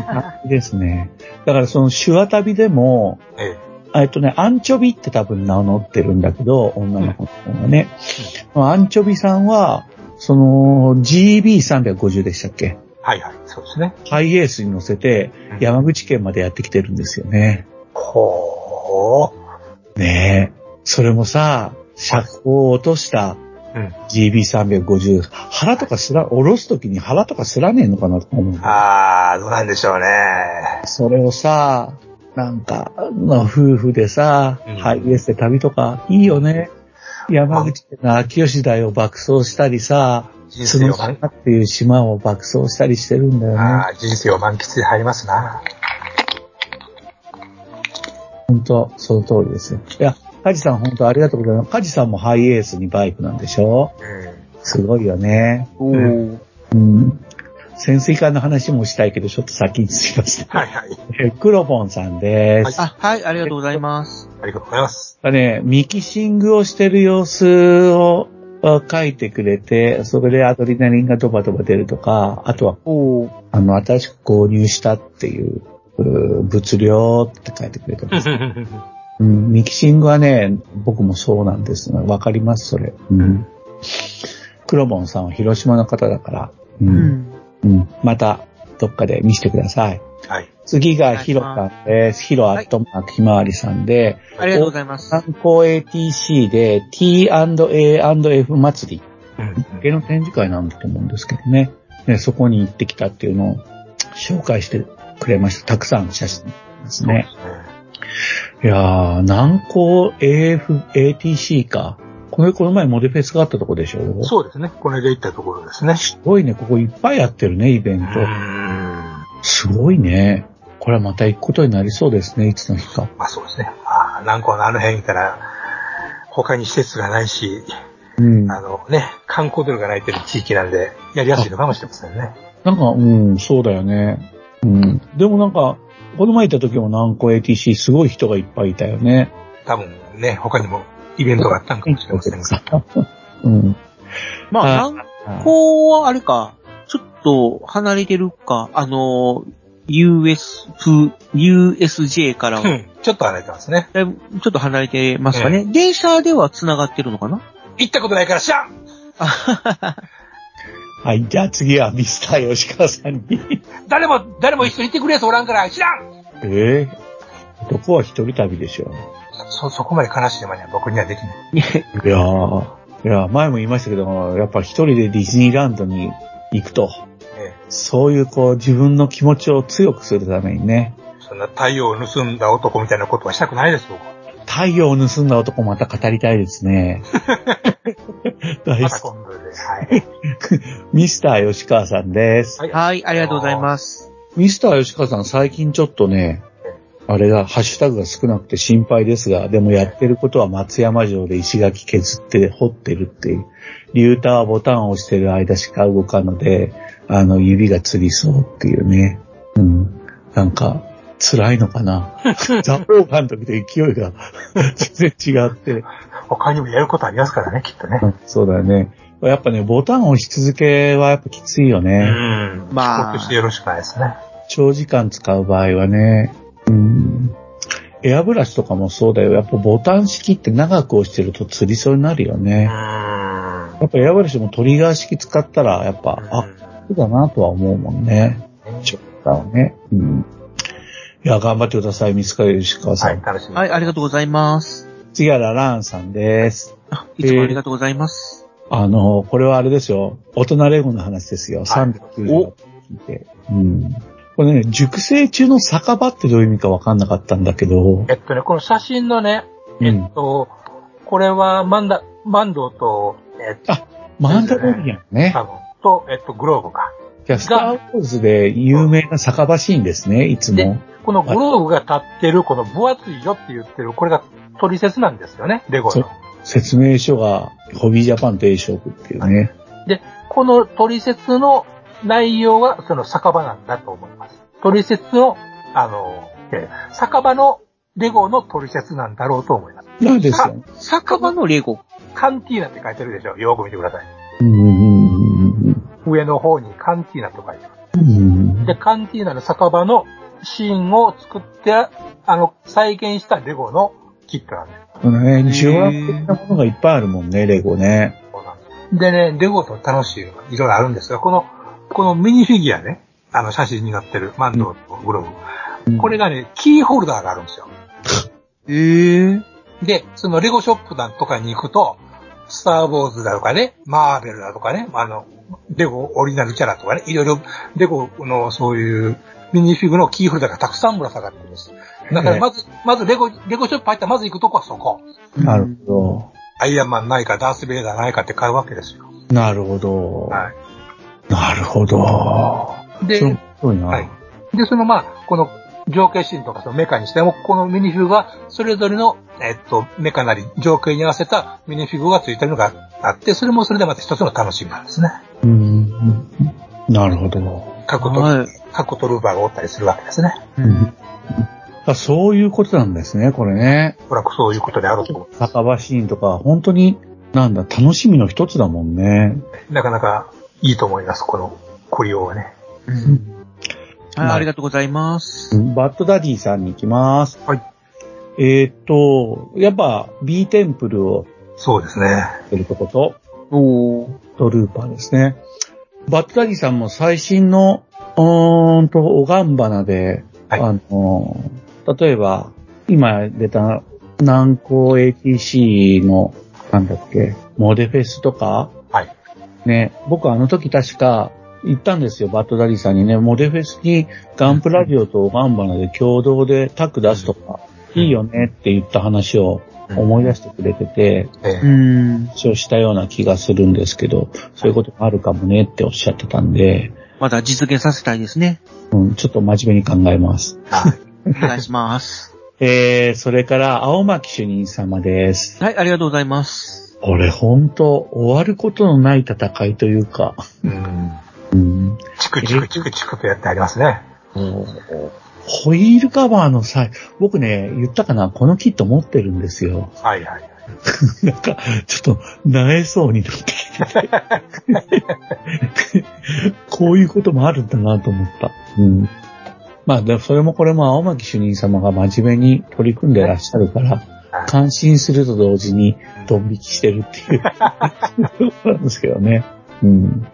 Speaker 2: あですね。だからその手話旅でも、
Speaker 4: ええ。
Speaker 2: えっとね、アンチョビって多分名乗ってるんだけど、女の子の方がね。アンチョビさんは、その、GB350 でしたっけ
Speaker 4: はいはい。そうですね。
Speaker 2: ハイエースに乗せて、山口県までやってきてるんですよね。
Speaker 4: ほ
Speaker 2: ねえ。それもさ、車高を落とした
Speaker 4: うん
Speaker 2: GB350、腹とかすら、下ろすときに腹とかすらねえのかなとか思
Speaker 4: う。
Speaker 2: う。
Speaker 4: あー、どうなんでしょうね。
Speaker 2: それをさ、なんか、まあ夫婦でさ
Speaker 4: うん、
Speaker 2: ハイエースで旅とか、いいよね。山口ってのは秋吉台を爆走したりさ、
Speaker 4: 人
Speaker 2: そ
Speaker 4: 生
Speaker 2: の
Speaker 4: を満
Speaker 2: 島っていう島を爆走したりしてるんだよね。
Speaker 4: あー人生を満喫で入りますな。
Speaker 2: 本当その通りですよ。いや、カジさん本当ありがとうございます。カジさんもハイエースにバイクなんでしょ
Speaker 4: うん。
Speaker 2: すごいよね。
Speaker 3: おー。
Speaker 2: うん。潜水艦の話もしたいけど、ちょっと先にすいません。
Speaker 4: はいはい。
Speaker 2: えクロポンさんです。
Speaker 3: あ、はい、ありがとうございます。
Speaker 4: ありがとうござい ます。
Speaker 2: あね、ミキシングをしてる様子をあ書いてくれて、それでアドリナリンがドバドバ出るとか、あとは
Speaker 3: おー。
Speaker 2: あの、新しく購入したっていう、うー物量って書いてくれてます。うん、ミキシングはね、僕もそうなんですが、わかります、それ。うん。クロボンさんは広島の方だから、う。
Speaker 3: うんん。
Speaker 2: うん。また、どっかで見せてください。
Speaker 4: はい。
Speaker 2: 次
Speaker 3: お
Speaker 2: が
Speaker 3: 願い
Speaker 2: ヒ
Speaker 3: し
Speaker 2: ロ
Speaker 3: ます
Speaker 2: さんです。ヒロアットマークひまわりさんで、
Speaker 3: ありがとうございます。
Speaker 2: 参考 ATC で T&A&F 祭り
Speaker 4: うん。
Speaker 2: 系の展示会なんだと思うんですけどね。ね、そこに行ってきたっていうのを紹介してくれました。たくさん写真ですね。いやー、南高 AF、ATC か。これ、この前モデフェスがあったとこでしょ
Speaker 4: そうですね。これで行ったところですね。
Speaker 2: すごいね、ここいっぱいやってるね、イベン
Speaker 4: う
Speaker 2: ト。
Speaker 4: ん。
Speaker 2: すごいね。これはまた行くことになりそうですね、いつの日か。
Speaker 4: まあそうですね。ああ、南港のあの辺行ったら、他に施設がないし、
Speaker 2: うん。
Speaker 4: あのね、観光ドルがないという地域なんで、やりやすいのかもしれませんね。
Speaker 2: なんか、うん、そうだよね。うん。でもなんか、この前行った時も南高 ATC すごい人がいっぱいいたよね。
Speaker 4: 多分ね、他にもイベントがあったのかもしれませんが。
Speaker 2: うん。
Speaker 3: まあ、南高はあれか、ちょっと離れてるか、あの、US、USJ から
Speaker 4: う
Speaker 3: は、
Speaker 4: ん。ちょっと離れてますね。
Speaker 3: だいぶちょっと離れてますかね。電車では繋がってるのかな
Speaker 4: 行ったことないから知らん
Speaker 3: あははは
Speaker 2: はい、じゃあ次はミスター吉川さんに。
Speaker 4: 誰も、誰も一緒に行ってくれやつおらんから知らん
Speaker 2: ええ男は一人旅でしょ。
Speaker 4: そ、そこまで悲しいまには僕にはできない。
Speaker 2: いやー、いやー前も言いましたけど、やっぱ一人でディズニーランドに行くと、
Speaker 4: え
Speaker 2: そういうこう自分の気持ちを強くするためにね、
Speaker 4: えそんな太陽を盗んだ男みたいなことはしたくないです、僕。
Speaker 2: 太陽を盗んだ男また語りたいです ね。大
Speaker 4: また
Speaker 2: 好
Speaker 4: 今度で。はい。
Speaker 2: き。ミスター吉川さんです。
Speaker 4: はい
Speaker 3: はい、ありがとうございます。
Speaker 2: ミスター吉川さん最近ちょっとね、あれが、ハッシュタグが少なくて心配ですが、でもやってることは松山城で石垣削って掘ってるっていう、リューターはボタンを押してる間しか動かんので、あの、指がつりそうっていうね。うん。なんか、辛いの かな。ザ・オーガンの時と勢いが 全然違って。
Speaker 4: 他にもやることありますからね、きっとね
Speaker 2: う。んそうだよね。やっぱね、ボタンを押し続けはやっぱきついよ
Speaker 4: う
Speaker 2: ね。
Speaker 4: ん。
Speaker 3: まあ
Speaker 4: 遅刻してよろしくないですね。
Speaker 2: 長時間使う場合はね、うん、エアブラシとかもそうだよ。やっぱボタン式って長く押してると釣りそうになるよ
Speaker 4: う
Speaker 2: ね。
Speaker 4: ん。
Speaker 2: やっぱエアブラシもトリガー式使ったら、やっぱ、あ、そうだなとは思うもんね。ちょっとね。うん。いや、頑張ってください、三塚吉川さ
Speaker 4: は
Speaker 2: ん。
Speaker 4: い、楽しみ。
Speaker 3: はい、ありがとうございます。
Speaker 2: 次はララーンさんです。
Speaker 3: あいつもありがとうございます。
Speaker 2: あの、これはあれですよ。大人レゴの話ですよ。
Speaker 4: はい
Speaker 2: 390を聞いて。うん。これね、熟成中の酒場ってどういう意味かわかんなかったんだけど。
Speaker 4: えっとね、この写真のね、
Speaker 2: う
Speaker 4: え
Speaker 2: ん
Speaker 4: っと、これはマンダ、マンドーと、えっと、
Speaker 2: マンダロリアンね。
Speaker 4: 多分と、えっと、グローブか。
Speaker 2: キャスターウォーズで有名な酒場シーンですね、いつも
Speaker 4: で。このグローブが立ってる、この分厚いよって言ってる、これがトリセツなんですよね、レゴ
Speaker 2: そう
Speaker 4: の。
Speaker 2: 説明書がホビージャパンと A ショップっていうね。
Speaker 4: このトリセツの内容は、その酒場なんだと思います。トリセツの、あの、えー酒場のレゴのトリセツなんだろうと思います。
Speaker 2: なんですよ。
Speaker 3: 酒場のレゴ。
Speaker 4: カンティーナって書いてるでしょ。よく見てください。
Speaker 2: うんうんうん
Speaker 4: 上の方にカンティーナと書いてます。
Speaker 2: うん
Speaker 4: で、カンティーナの酒場のシーンを作って、あの、再現したレゴのキットなんです。
Speaker 2: このね、受話的なものがいっぱいあるもんね、レゴね。
Speaker 4: そうなんですでね、レゴと楽しいのがいろいろあるんですが、この、このミニフィギュアね、あの写真になってるマンドとグローブ。これがね、キーホルダーがあるんですよ。
Speaker 3: えー。
Speaker 4: で、そのレゴショップなんとかに行くと、スターウォーズだとかね、マーベルだとかね、あの、レゴオリジナルキャラとかね、いろいろレゴのそういうミニフィグのキーホルダーがたくさんぶら下がってるんです。だからまず、まずレゴ、レゴショップ入ったらまず行くとこはそこ。
Speaker 2: なるほど。
Speaker 4: アイアンマンないか、ダース・ベイダーないかって買うわけですよ。
Speaker 2: なるほど。
Speaker 4: は
Speaker 2: なるほど。
Speaker 4: い。で
Speaker 2: そ、れもすごいな。
Speaker 4: はい。で、そのまあ、この情景シーンとかそのメカにしても、このミニフィグが、それぞれの、えっと、メカなり情景に合わせたミニフィグがついてるのがあって、それもそれでまた一つの楽しみなんですね。
Speaker 2: うん。なるほど。
Speaker 4: 過去と、
Speaker 3: はい。
Speaker 4: 過去とルーバーがおったりするわけですね。
Speaker 2: うんあそういうことなんですね、これね。
Speaker 4: おそらくそういうことであると思
Speaker 2: 酒場シーンとか、本当に、なんだ、楽しみの一つだもんね。
Speaker 4: う。なかなかいいと思います、この、コリオはね。
Speaker 3: はい、ありがとうございます。
Speaker 2: バッドダディさんに行きます。
Speaker 4: はい。
Speaker 2: えーっと、やっぱ B テンプルを
Speaker 4: そうですね。
Speaker 2: やってるとこと、
Speaker 3: おー。
Speaker 2: トルーパーですね。バッドダディさんも最新の、うーんと、おがんばなで、
Speaker 4: はい
Speaker 2: あの、例えば、今出た南高 ATC の、なんだっけ、モデフェスとか、
Speaker 4: はい。
Speaker 2: ね、僕あの時確か行ったんですよ、バッドダディさんにね、モデフェスにガンプラジオとガンバナで共同でタッグ出すとか、
Speaker 4: うん
Speaker 2: いいよねって言った話を思い出してくれてて、
Speaker 4: ええ
Speaker 3: うん。
Speaker 2: 一応したような気がするんですけど、そういうこともあるかもねっておっしゃってたんで、
Speaker 3: まだ実現させたいですね。
Speaker 2: うん、ちょっと真面目に考えます。
Speaker 3: お願いします。
Speaker 2: えー、それから、青巻主任様です。
Speaker 3: はい、ありがとうございます。
Speaker 2: これほんと、終わることのない戦いというか、
Speaker 4: うん。
Speaker 2: うん、
Speaker 4: チクチクチクチクとやってありますね。
Speaker 2: ホイールカバーの際、僕ね、言ったかな、このキット持ってるんですよ。
Speaker 4: はいはい。
Speaker 2: なんか、ちょっと、なえそうになってきててこういうこともあるんだなと思った。うん。まあ、でそれもこれも青巻主任様が真面目に取り組んでらっしゃるから、感心すると同時に、ドン引きしてるっていうことなんですけどね。うん。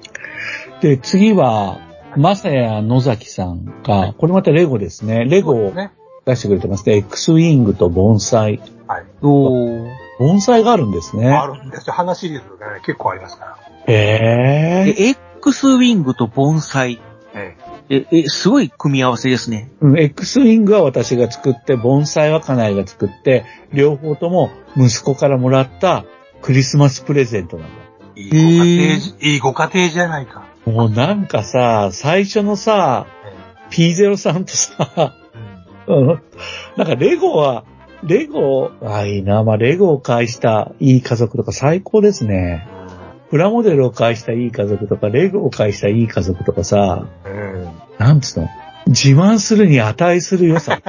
Speaker 2: で、次は、まさや野崎さんが、これまたレゴですね。レゴを
Speaker 4: ね。
Speaker 2: 出してくれてますね。X ウィングと盆栽。
Speaker 4: はい。
Speaker 3: おー。
Speaker 2: 盆栽があるんですね。
Speaker 4: あるんですよ。花シリーズがね、結構ありますから。
Speaker 2: へえ。
Speaker 3: え、X ウィングと盆栽。
Speaker 4: え
Speaker 3: え、え、すごい組み合わせですね。
Speaker 2: うん X ウィングは私が作って、盆栽は家内が作って、両方とも息子からもらったクリスマスプレゼントなんだ。
Speaker 4: え。いいご家庭じ、いいご家庭じゃないか。
Speaker 2: もうなんかさ、最初のさ、P0 さんとさ、
Speaker 4: うん
Speaker 2: うんなんかレゴは、レゴ、あ、いいな、まあレゴを介したいい家族とか最高ですね。プラモデルを介したいい家族とか、レゴを介したいい家族とかさ、
Speaker 4: うん。うん。
Speaker 2: なんつうの自慢するに値する良さ。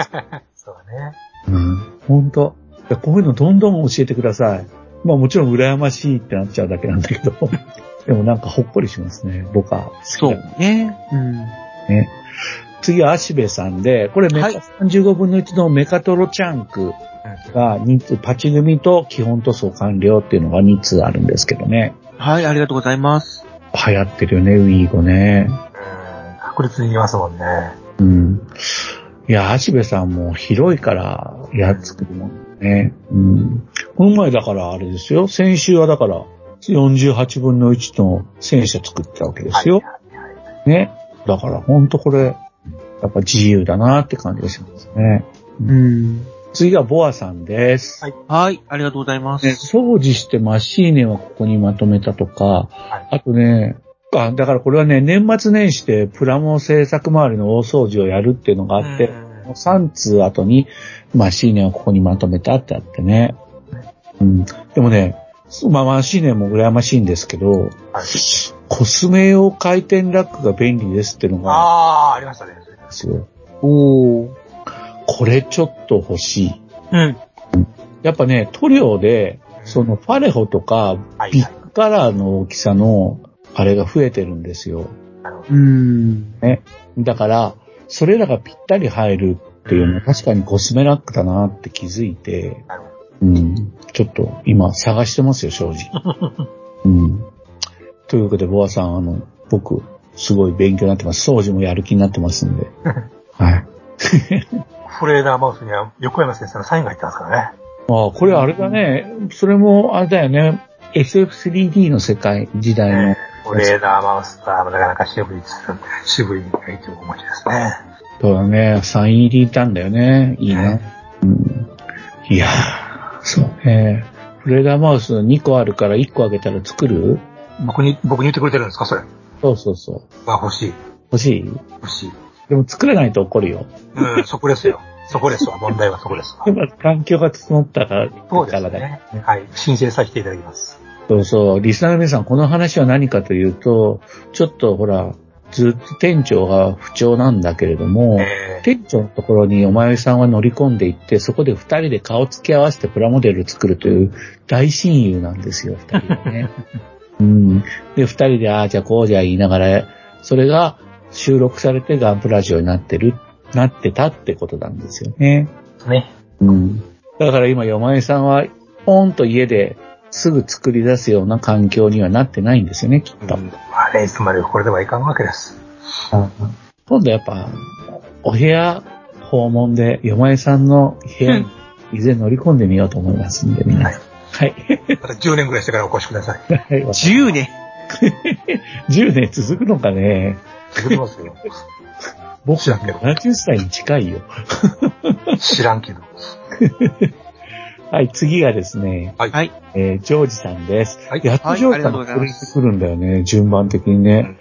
Speaker 4: そうね。
Speaker 2: うん。ほんと。いやこういうのどんどん教えてください。まあもちろん羨ましいってなっちゃうだけなんだけど。 でもなんかほっこりしますね。僕は。
Speaker 3: そうね。うん。
Speaker 2: ね。次は足部さんで、これメカ
Speaker 3: はい
Speaker 2: 35分の1のメカトロチャンクが2通、パチ組と基本塗装完了っていうのが2通あるんですけどね。
Speaker 3: はい、ありがとうございます。
Speaker 2: 流行ってるよね、ウィーゴね。
Speaker 4: うん。確率に言いますもんね。
Speaker 2: うん。いや、足部さんも広いから、やっつけるもんね。うん。この前だからあれですよ。先週はだから、48分の1の戦車作ったわけですよ。ね。だからほんとこれ、やっぱ自由だなって感じがしますね。
Speaker 3: うん。
Speaker 2: 次はボアさんです。
Speaker 4: はい
Speaker 3: はい、ありがとうございます。
Speaker 2: ね、掃除してマシーネはここにまとめたとか、あとね、あだからこれはね、年末年始でプラモ制作周りの大掃除をやるっていうのがあって、
Speaker 4: うん
Speaker 2: 3通後に、まあ、シーネをここにまとめたってあってね。うん。でもね、まあまあ、シーネも羨ましいんですけど、
Speaker 4: はい
Speaker 2: コスメ用回転ラックが便利ですっていうのがあ
Speaker 4: ああ、ありましたね。
Speaker 2: るんですよ。
Speaker 3: おー。
Speaker 2: これちょっと欲しい。
Speaker 4: うん。
Speaker 2: やっぱね、塗料で、そのファレホとか、
Speaker 4: はい
Speaker 2: ビッグカラーの大きさの、あれが増えてるんですよ。
Speaker 3: うん。
Speaker 2: だから、それらがぴったり入るっていうのは確かにコスメラックだなって気づいて
Speaker 4: なるほ、
Speaker 2: うん、ちょっと今探してますよ、正 直。うん、ということで、ボアさん、あの、僕、すごい勉強になってます。掃除もやる気になってますんで。 はい。
Speaker 4: フレーダーマウスには横山先生のサインが入ってますからね。
Speaker 2: ああ、これあれだね。それも、あれだよね。SF3D の世界、時代の。
Speaker 4: フレーダーマウスとはなかなか渋い、渋い意見をお持ちですね。
Speaker 2: そうだね。サイン入りいたんだよね。いいな。
Speaker 4: は
Speaker 2: うん、いやー、そうね。フレガーマウス2個あるから1個あげたら作る
Speaker 4: 僕に、僕に言ってくれてるんですかそれ。
Speaker 2: そうそうそう。
Speaker 4: あ、欲しい。
Speaker 2: 欲しい
Speaker 4: 欲しい。
Speaker 2: でも作れないと怒るよ。
Speaker 4: うん、そこです よ。そこですわ。問題はそこですわ。
Speaker 2: 今、環境が整ったから、
Speaker 4: そうで
Speaker 2: か
Speaker 4: す
Speaker 2: らだ
Speaker 4: ね。はい。申請させていただきます。
Speaker 2: そうそう。リスナーの皆さん、この話は何かというと、ちょっとほら、ずっと店長が不調なんだけれども、
Speaker 4: えー、
Speaker 2: 店長のところにお前さんは乗り込んでいって、そこで二人で顔つき合わせてプラモデル作るという大親友なんですよ、二人は ね。うん。で、二人で、ああ、じゃあこうじゃ言いながら、それが収録されてガンプラジオになってる、なってたってことなんですよね。
Speaker 4: ね。
Speaker 2: うん。だから今、よまえさんは、ポンと家ですぐ作り出すような環境にはなってないんですよね、きっ
Speaker 4: う
Speaker 2: と。
Speaker 4: ん。あれ、いつまでこれではいかんわけです。
Speaker 2: 今度やっぱ、お部屋訪問で、よまえさんの部屋に以前乗り込んでみようと思いますんで、皆さん。はい。
Speaker 4: また10年ぐらいしてからお越しくだ さい。
Speaker 2: はい。
Speaker 3: 10年。
Speaker 2: 10年続くのかね。
Speaker 4: 作りますよ。
Speaker 2: 僕
Speaker 4: 知らんけど
Speaker 2: 70歳に近いよ。
Speaker 4: 知らんけど。
Speaker 2: はい、次がですね、
Speaker 4: はい
Speaker 3: はい
Speaker 2: えージョージさんです。
Speaker 4: はい
Speaker 2: やっとジョージさん
Speaker 3: はいありがとうござい
Speaker 2: が
Speaker 3: ま
Speaker 2: れ
Speaker 3: す
Speaker 2: てくるんだよね、順番的にね。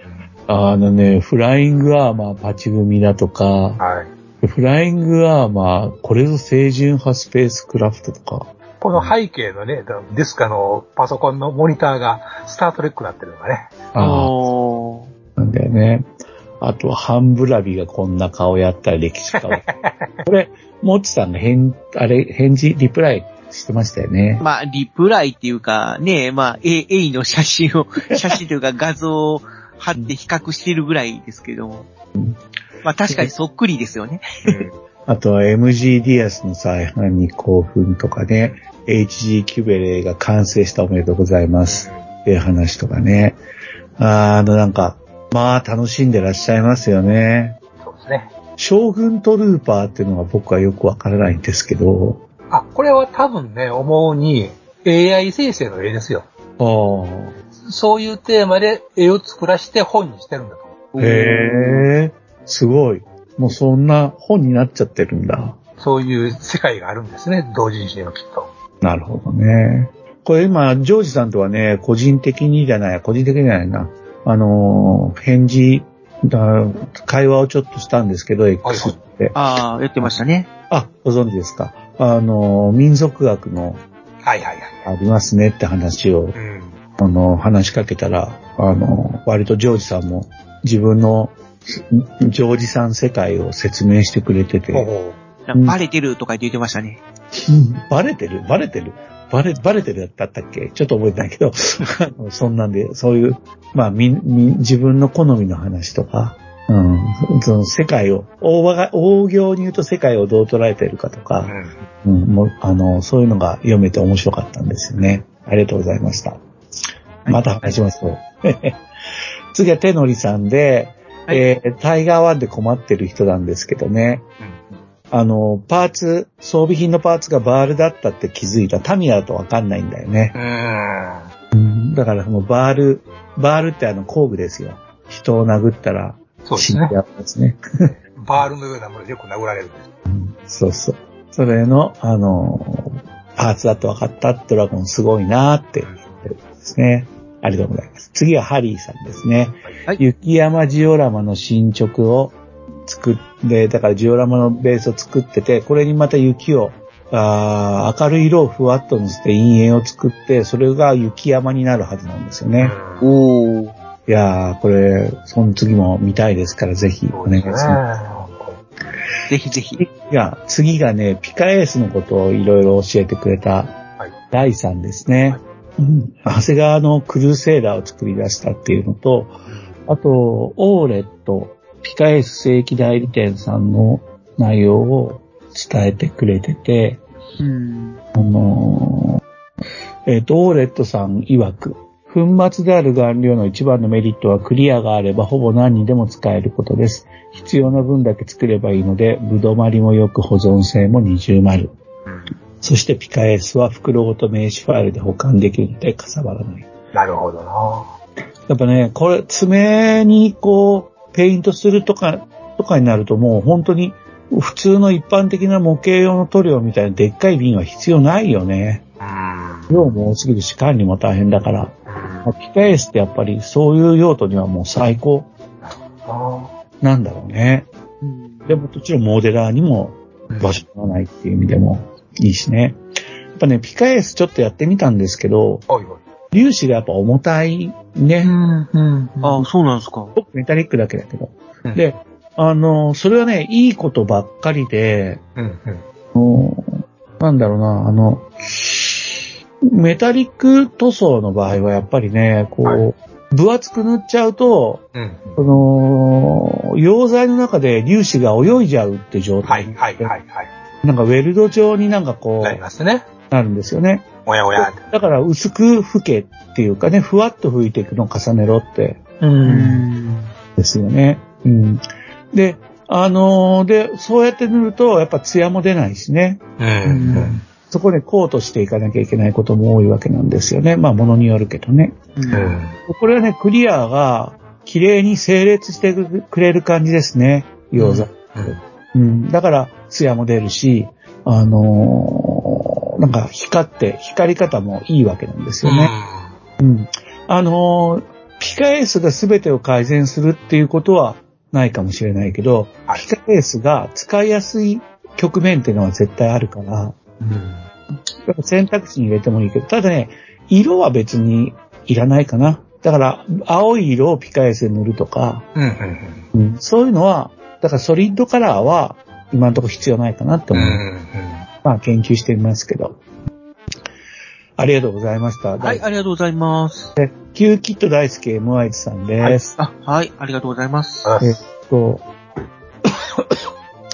Speaker 2: あのね、フライングアーマーパチ組だとか、
Speaker 4: はい。
Speaker 2: フライングアーマー、これぞ清純派スペースクラフトとか、
Speaker 4: この背景のね、ディスカのパソコンのモニターがスタートレックになってるのがね。
Speaker 2: あ
Speaker 3: おー
Speaker 2: あ、なんだよね。あとは、ハンブラビがこんな顔やったり、歴史 家を。これ、もっちさんが返、あれ、返事、リプライしてましたよね。
Speaker 3: まあ、リプライっていうか、ねまあ、A、A の写真 を、写真というか画像を貼って比較してるぐらいですけども
Speaker 2: うん。
Speaker 3: まあ、確かにそっくりですよね。
Speaker 2: あとは MG ディアスの再販に興奮とかね、HG キュベレーが完成したおめでとうございますっていう話とかね。あーあのなんか、まあ楽しんでらっしゃいますよね。
Speaker 4: そうですね。
Speaker 2: 将軍トルーパーっていうのが僕はよくわからないんですけど、
Speaker 4: あ、これは多分ね、思うに AI 生成の絵ですよ。
Speaker 2: あー
Speaker 4: そういうテーマで絵を作らして本にしてるんだと思
Speaker 2: へえ、すごい。もうそんな本になっちゃってるんだ。
Speaker 4: う。そういう世界があるんですね、同人誌にはきっと。
Speaker 2: なるほどね。これ今、ジョージさんとはね、個人的にじゃない、個人的にじゃないな。あのー返事だ、会話をちょっとしたんですけど、X って。
Speaker 3: ああ、やってましたね。
Speaker 2: あ、ご存知ですか。あのー民族学の
Speaker 4: はいはいはい。
Speaker 2: ありますねって話を
Speaker 4: う、ん。
Speaker 2: あのー話しかけたら、あのー割とジョージさんも自分のジョージさん世界を説明してくれてて、
Speaker 4: ほうほ
Speaker 2: ん
Speaker 3: バレてるとか言ってましたね。
Speaker 2: バレてるバレてるバレ、バレてるだったっけちょっと覚えてないけど、 あのそんなんで、そういう、まあ、みん、みん自分の好みの話とか、うん、その世界を、大わが、大行に言うと世界をどう捉えてるかと
Speaker 4: う。う
Speaker 2: か、
Speaker 4: ん。
Speaker 2: うん、もう、あの、そういうのが読めて面白かったんですよね。ありがとうございました。また話しましょう。 次は手のりさんで、
Speaker 3: はい
Speaker 2: えータイガーワンで困ってる人なんですけどね。あの、パーツ、装備品のパーツがバールだったって気づいた。タミヤだとわかんないんだよね
Speaker 4: う。ん。
Speaker 2: だからもうバール、バールってあの工具ですよ。人を殴ったら
Speaker 4: そうで
Speaker 2: 死
Speaker 4: す
Speaker 2: ん
Speaker 4: ね
Speaker 2: じ。ゃうんですね。
Speaker 4: バールのようなものでよく殴られる。
Speaker 2: そうそう。それの、あの、パーツだって分かったドラゴンすごいなーって言ってるんですね。ありがとうございます。次はハリーさんですね。
Speaker 3: はい
Speaker 2: 雪山ジオラマの進捗を作って、だからジオラマのベースを作ってて、これにまた雪を、あー明るい色をふわっと乗せて陰影を作って、それが雪山になるはずなんですよね。
Speaker 4: うん
Speaker 3: おー。
Speaker 2: いやー、これ、その次も見たいですから、ぜひ
Speaker 4: そ
Speaker 2: お
Speaker 4: う
Speaker 2: 願
Speaker 4: で
Speaker 2: いし
Speaker 4: すね。
Speaker 2: ます。
Speaker 3: ぜひぜひ。
Speaker 2: いや、次がね、ピカエースのことをいろいろ教えてくれた、
Speaker 4: い
Speaker 2: 第3ですね、うん長谷川のクルーセーダーを作り出したっていうのと、あと、オーレット、ピカエース正規代理店さんの内容を伝えてくれてて、
Speaker 3: うん。
Speaker 2: あのーえっ、と、オーレットさん曰く、粉末である顔料の一番のメリットはクリアがあればほぼ何にでも使えることです。必要な分だけ作ればいいので、ぶどまりも良く保存性も二重丸。そしてピカエースは袋ごと名刺ファイルで保管できるのでかさばらない。
Speaker 4: なるほどな。
Speaker 2: やっぱね、これ爪にこう、ペイントするとか、とかになるともう本当に普通の一般的な模型用の塗料みたいなでっかい瓶は必要ないよね。
Speaker 4: うん。
Speaker 2: 量も多すぎるし管理も大変だから、機械 S ってやっぱりそういう用途にはもう最高
Speaker 4: あ
Speaker 2: なんだろうね。
Speaker 3: うん
Speaker 2: でも、もちろんモデラーにも場所がないっていう意味でもいいしね。やっぱね、ピカエースちょっとやってみたんですけど、
Speaker 4: あ。はいはい。
Speaker 2: 粒子がやっぱ重たいね。
Speaker 3: ああ、そうなんですか。
Speaker 2: 僕メタリックだけだけど
Speaker 4: う。ん
Speaker 2: で、あの、それはね、いいことばっかりで、
Speaker 4: うんうん。
Speaker 2: あのなんだろうな、あの、メタリック塗装の場合はやっぱりね、こう、
Speaker 4: はい
Speaker 2: 分厚く塗っちゃうと、
Speaker 4: うん。
Speaker 2: その、溶剤の中で粒子が泳いじゃうって状
Speaker 4: は
Speaker 2: 態。
Speaker 4: いはいはいはい。
Speaker 2: なんかウェルド状になんかこ
Speaker 4: なり
Speaker 2: う、
Speaker 4: ますね。
Speaker 2: なるんですよね。
Speaker 4: おやおやって。
Speaker 2: だから薄く吹けっていうかね、ふわっと吹いていくのを重ねろって、
Speaker 3: うん。
Speaker 2: ですよね。うん。で、あのーで、そうやって塗ると、やっぱツヤも出ないしね。
Speaker 4: うんうん。
Speaker 2: そこでコートしていかなきゃいけないことも多いわけなんですよね。まあ、ものによるけどね。
Speaker 4: うん。
Speaker 2: これはね、クリアが、綺麗に整列してくれる感じですね。餃子。うん。だから、ツヤも出るし、あのーなんか光って、光り方もいいわけなんですよね。うん。あのーピカエースが全てを改善するっていうことはないかもしれないけど、
Speaker 4: はい
Speaker 2: ピカエースが使いやすい局面っていうのは絶対あるから、やっぱ選択肢に入れてもいいけど、ただね、色は別にいらないかな。だから、青い色をピカエースで塗るとか、
Speaker 4: うんうん
Speaker 2: うんそういうのは、だからソリッドカラーは今のところ必要ないかなって
Speaker 4: うん。う
Speaker 2: 思う。
Speaker 4: ん
Speaker 2: まあ研究してみますけど。ありがとうございました。
Speaker 3: はい、ありがとうございます。
Speaker 2: 旧キット大好き MY さんです。
Speaker 3: あ、はい、ありがとうございます。
Speaker 2: えっと、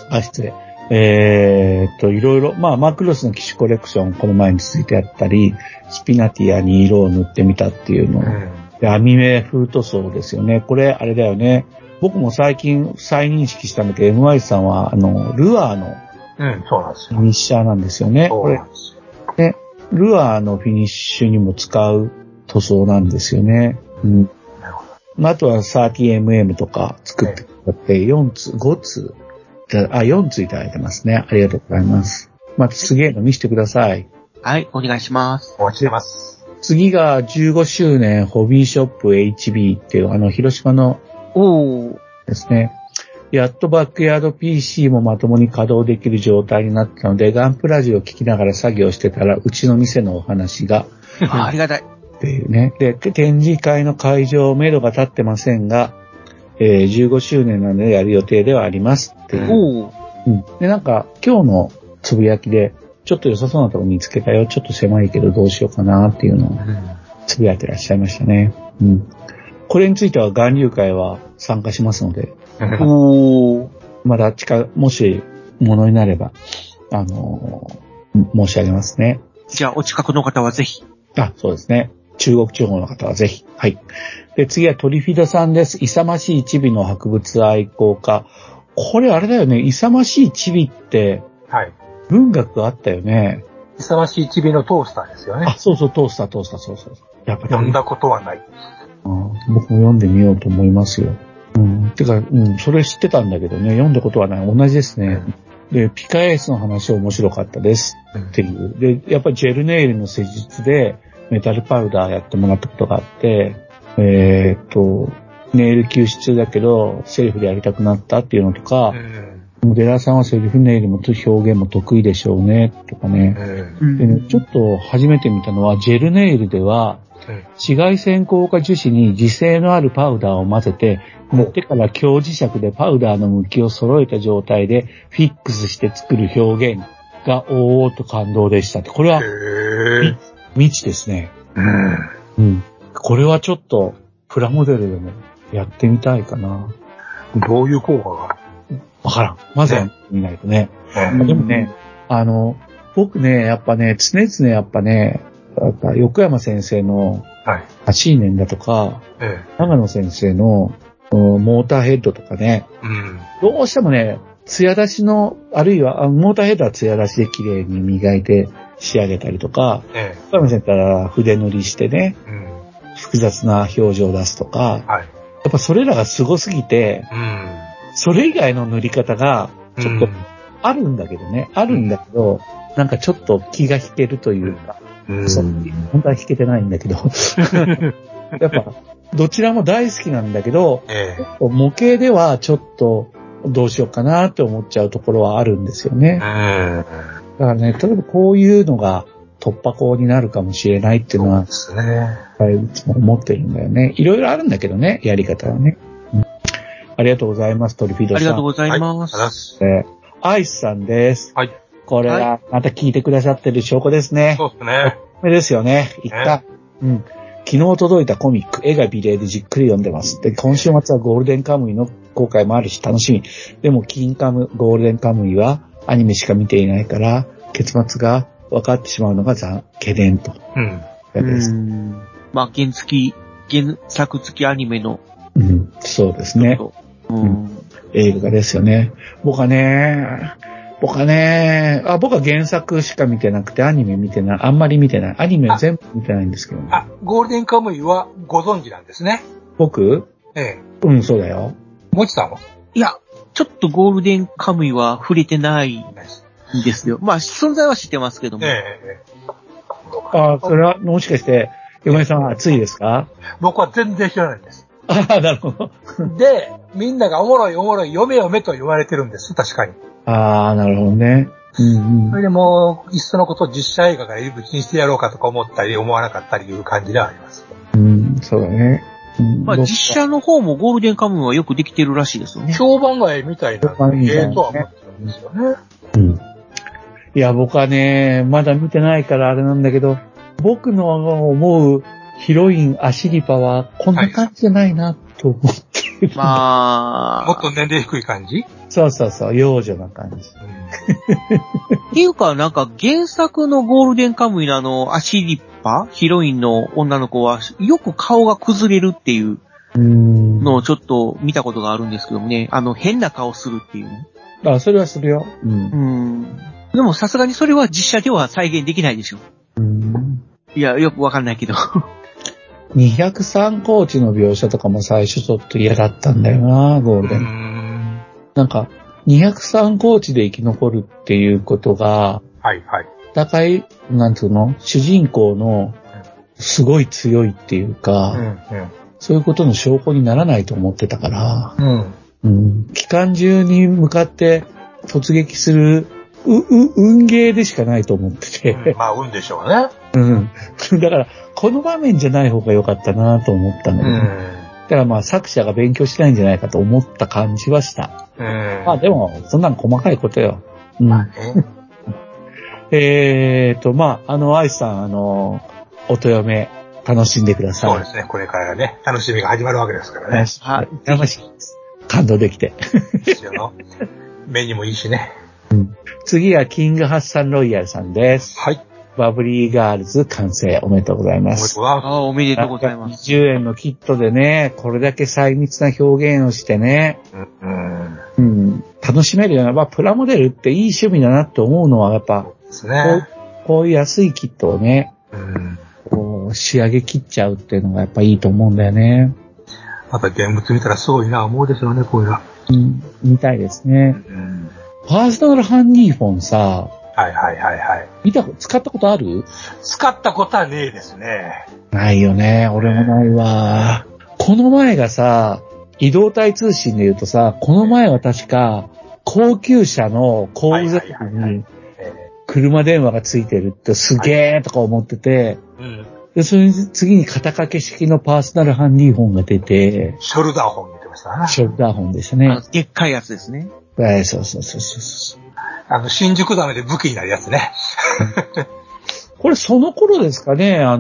Speaker 2: あ、失礼。えーっと、いろいろ、まあ、マクロスの機種コレクション、この前に続いてやったり、スピナティアに色を塗ってみたっていうの
Speaker 4: うん。
Speaker 2: で、網目風塗装ですよね。これ、あれだよね。僕も最近再認識したんだけど、MY さんは、あの、ルアーの
Speaker 4: うん、そうなんです
Speaker 2: フ
Speaker 4: よ。
Speaker 2: ィニッシャーなんですよね。
Speaker 4: そ
Speaker 2: こ
Speaker 4: う
Speaker 2: れ
Speaker 4: な、んですよ。
Speaker 2: ルアーのフィニッシュにも使う塗装なんですよね。うん。
Speaker 4: なるほ
Speaker 2: あとは 30mm とか作ってくださって、4つ、5つ、あ、4ついただいてますね。ありがとうございます。またすげえの見せてください。
Speaker 3: はい、お願いします。
Speaker 4: お待ちしてます。
Speaker 2: 次が15周年ホビーショップ HB っていうあの広島の
Speaker 3: おー。
Speaker 2: ですね、やっとバックヤード PC もまともに稼働できる状態になったので、ガンプラジオを聞きながら作業してたら、うちの店のお話が
Speaker 3: あありがたい。
Speaker 2: っていうね。で、展示会の会場、目処が立ってませんが、えー15周年なのでやる予定ではありますっていう。
Speaker 3: おー。
Speaker 2: うん。で、なんか、今日のつぶやきで、ちょっと良さそうなとこ見つけたよ。ちょっと狭いけどどうしようかなっていうのをつぶやいてらっしゃいましたね。うん。これについては、岩流会は参加しますので、
Speaker 4: うん
Speaker 3: おー。
Speaker 2: まだ近、もし、ものになれば、あのー申し上げますね。
Speaker 3: じゃあ、お近くの方はぜひ。
Speaker 2: あ、そうですね。中国地方の方はぜひ。はい。で、次はトリフィダさんです。勇ましいチビの博物愛好家。これあれだよね。勇ましいチビって
Speaker 4: はい。
Speaker 2: 文学あったよね。
Speaker 4: 勇ましいチビのトースターですよね
Speaker 2: あ、。そうそう、トースター、トースター、そうそう。やっぱり
Speaker 4: 読んだことはない。
Speaker 2: うん僕も読んでみようと思いますよ。うん。てか、うん、それ知ってたんだけどね、読んだことはない。同じですね。で、ピカエースの話面白かったです。っていう。で、やっぱりジェルネイルの施術でメタルパウダーやってもらったことがあって、えーっと、ネイル休止中だけど、セリフでやりたくなったっていうのとか
Speaker 4: う、ん。
Speaker 2: モデラーさんはセリフネイルも表現も得意でしょうね、とかね。
Speaker 4: うん。
Speaker 3: うん
Speaker 2: でね、ちょっと初めて見たのは、ジェルネイルでは、紫外線硬化樹脂に磁性のあるパウダーを混ぜて、塗ってから強磁石でパウダーの向きを揃えた状態でフィックスして作る表現が、おーっと感動でしたって。これは
Speaker 4: へえ。
Speaker 2: 未知ですね。
Speaker 4: うん。
Speaker 2: うん。これはちょっと、プラモデルでもやってみたいかな。
Speaker 4: どういう効果が
Speaker 2: わからん。まずは見ないとね。
Speaker 4: ある
Speaker 2: まあでもね、あの、僕ね、やっぱね、常々やっぱね、やっぱ横山先生の
Speaker 4: はい。
Speaker 2: 8年だとか、
Speaker 4: え
Speaker 2: 長野先生のうんモーターヘッドとかね、
Speaker 4: え。うん。
Speaker 2: どうしてもね、艶出しの、あるいは、あモーターヘッドは艶出しで綺麗に磨いて仕上げたりとか、
Speaker 4: え
Speaker 2: 横山先生は筆塗りしてね、
Speaker 4: え。うん。
Speaker 2: 複雑な表情を出すとか、
Speaker 4: はい。
Speaker 2: やっぱそれらが凄すぎて、
Speaker 4: うん。
Speaker 2: それ以外の塗り方がちょっとあるんだけどね、あるんだけど、なんかちょっと気が引けるというか、
Speaker 4: ううん
Speaker 2: そう。本当は弾けてないんだけ ど。やっぱ、どちらも大好きなんだけど、
Speaker 4: ええ
Speaker 2: 模型ではちょっとどうしようかなって思っちゃうところはあるんですよね。
Speaker 4: うん。
Speaker 2: だからね、例えばこういうのが突破口になるかもしれないっていうのは、
Speaker 4: ですね。
Speaker 2: いつも思ってるんだよね。いろいろあるんだけどね、やり方はね。うんありがとうございます、トリフィードさん。
Speaker 3: ありがとうござい
Speaker 4: は
Speaker 3: ま
Speaker 4: い
Speaker 3: す。
Speaker 4: ありがとうございます。
Speaker 2: えーアイスさんです。
Speaker 4: はい。
Speaker 2: これは、また聞いてくださってる証拠ですね。
Speaker 4: そうですね。
Speaker 2: これですよね。言った。うん。昨日届いたコミック、絵が美麗でじっくり読んでます。で、今週末はゴールデンカムイの公開もあるし楽しみ。でも、キンカム、ゴールデンカムイはアニメしか見ていないから、結末が分かってしまうのが残、懸念と。
Speaker 4: うん。
Speaker 2: です
Speaker 3: うん。まあ、原付き、原作付きアニメの、
Speaker 2: うん、そうですね。
Speaker 3: うん。
Speaker 2: 映画ですよね。僕はね、僕はね、あ、僕は原作しか見てなくて、アニメ見てない、あんまり見てない。アニメ全部見てないんですけど、ね、
Speaker 4: あ、ゴールデンカムイはご存知なんですね。
Speaker 2: 僕
Speaker 4: ええ。
Speaker 2: うん、そうだよ。
Speaker 4: もちさんはい
Speaker 3: や、ちょっとゴールデンカムイは触れてないんですよ。まあ、存在は知ってますけども。
Speaker 4: ええ。
Speaker 2: あ、それは、もしかして、嫁さんは暑いですか
Speaker 4: 僕は全然知らないんです。
Speaker 2: あなるほど。
Speaker 4: で、みんながおもろいおもろい、読め読めと言われてるんです、確かに。
Speaker 2: ああ、なるほどね。うん
Speaker 4: そうれ
Speaker 2: ん。
Speaker 4: でもう、いっそのこと実写映画から入り口にしてやろうかとか思ったり、思わなかったりいう感じではあります。
Speaker 2: うん、そうだね。うん、
Speaker 3: まあ、
Speaker 2: 僕は
Speaker 3: 実写の方もゴールデンカムイはよくできてるらしいです よね。
Speaker 4: 評判がええみたいな
Speaker 2: 評判いいね
Speaker 4: ええとは思ってるんですよね。
Speaker 2: うんいや、僕はね、まだ見てないからあれなんだけど、僕の思うヒロインアシリパはこんな感じじゃないなと思ってる。
Speaker 3: ま
Speaker 4: もっ
Speaker 3: あ、
Speaker 4: と年齢低い感じ、
Speaker 2: そうそうそう、幼女な感じ。
Speaker 3: っていうか、なんか原作のゴールデンカムイのあの、アシリッパヒロインの女の子は、よく顔が崩れるっていう
Speaker 2: うん。
Speaker 3: のをちょっと見たことがあるんですけどもね。あの、変な顔するっていうね。
Speaker 2: あ、それはするよ。うん
Speaker 3: う。ん。でもさすがにそれは実写では再現できないでしょ。
Speaker 2: うん
Speaker 3: いや、よくわかんないけ ど。
Speaker 2: 203コーチの描写とかも最初ちょっと嫌だったんだよな、ゴー
Speaker 4: う
Speaker 2: ルデン。
Speaker 4: ん。
Speaker 2: なんか、203コーチで生き残るっていうことが、
Speaker 4: はいはい。
Speaker 2: 戦い、なんつうの主人公の、すごい強いっていうか、
Speaker 4: う
Speaker 2: そういうことの証拠にならないと思ってたから、
Speaker 4: ん。うん。
Speaker 2: うん、機関銃に向かって突撃する、う、う、運ゲーでしかないと思って
Speaker 4: うん
Speaker 2: て、
Speaker 4: まあ、運でしょうね。
Speaker 2: うん。 だから、この場面じゃない方が良かったなと思ったの、
Speaker 4: う
Speaker 2: だか
Speaker 4: ん。
Speaker 2: らまあ作者が勉強しないんじゃないかと思った感じはした。
Speaker 4: うん。
Speaker 2: まあでも、そんなん細かいことよ。うん。
Speaker 4: ね
Speaker 2: えーと、まあ、あの、アイスさん、あの、音嫁、楽しんでください。
Speaker 4: そうですね。これからがね、楽しみが始まるわけですからね。
Speaker 3: はい
Speaker 2: やましいです。感動できて。
Speaker 4: 一応の目にもいいしね。
Speaker 2: 次は、キングハッサンロイヤルさんです。
Speaker 4: はい。
Speaker 2: バブリーガールズ完成おめでとうござい
Speaker 4: お
Speaker 2: ま
Speaker 4: めですと。うございま
Speaker 3: ああ、おめでとうございます。
Speaker 2: 20円のキットでね、これだけ細密な表現をしてね、
Speaker 4: す。うん。うん
Speaker 2: うん、楽しめるような、まあ、プラモデルっていい趣味だなって思うのは、やっぱ、こ
Speaker 4: ですね。
Speaker 2: うこういう安いキットをね、
Speaker 4: うん。
Speaker 2: こう、仕上げ切っちゃうっていうのがやっぱいいと思うんだよね。
Speaker 4: また現物見たらすごいな思うでしょうね、こういうのは。
Speaker 2: うん、みたいですね。
Speaker 4: うん。
Speaker 2: ファーストルハンニーフォンさ、
Speaker 4: はいはいはいはい。
Speaker 2: 見たこと、使ったことある
Speaker 4: 使ったことはねえですね。
Speaker 2: ないよね。俺もないわ。この前がさ、移動体通信で言うとさ、この前は確か、高級車の後部座席
Speaker 4: はいはいはい
Speaker 2: に
Speaker 4: え
Speaker 2: 車電話がついてるってすげーとか思ってて、
Speaker 4: ーうん。
Speaker 2: で、それに次に肩掛け式のパーソナルハンディフォンが出て、
Speaker 4: ショルダー本見てましたな。
Speaker 2: ショルダーフォンでした
Speaker 3: あの
Speaker 2: ね。
Speaker 3: でっかいやつですね。
Speaker 2: はい、そうそうそうそうそう。
Speaker 4: あの、新宿ダメで武器になるやつね。
Speaker 2: これその頃ですかね、あ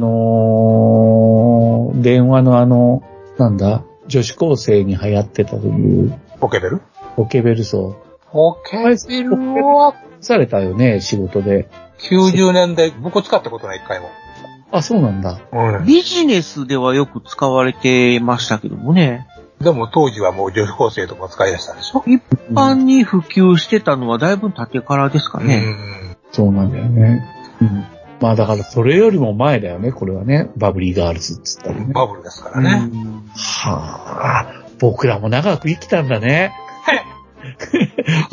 Speaker 2: のー、電話のあの、なんだ、女子高生に流行ってたという、
Speaker 4: ポケベル
Speaker 2: ポケベルソ
Speaker 4: ポケベル は
Speaker 2: ー。されたよね、仕事で。
Speaker 4: 90年代、僕使ったことない一回も。
Speaker 2: あ、そうなんだ。
Speaker 4: うん。
Speaker 3: ビジネスではよく使われてましたけどもね。
Speaker 4: でも当時はもう女子高生とか使い出したでしょ
Speaker 3: 一般に普及してたのはだいぶ経てからですか
Speaker 4: う
Speaker 3: ね。
Speaker 4: ん。
Speaker 2: そうなんだよね。うん。まあだからそれよりも前だよね、これはね。バブリーガールズっつったらね。
Speaker 4: バブルですからね。
Speaker 3: うん
Speaker 2: はあ、僕らも長く生きたんだね。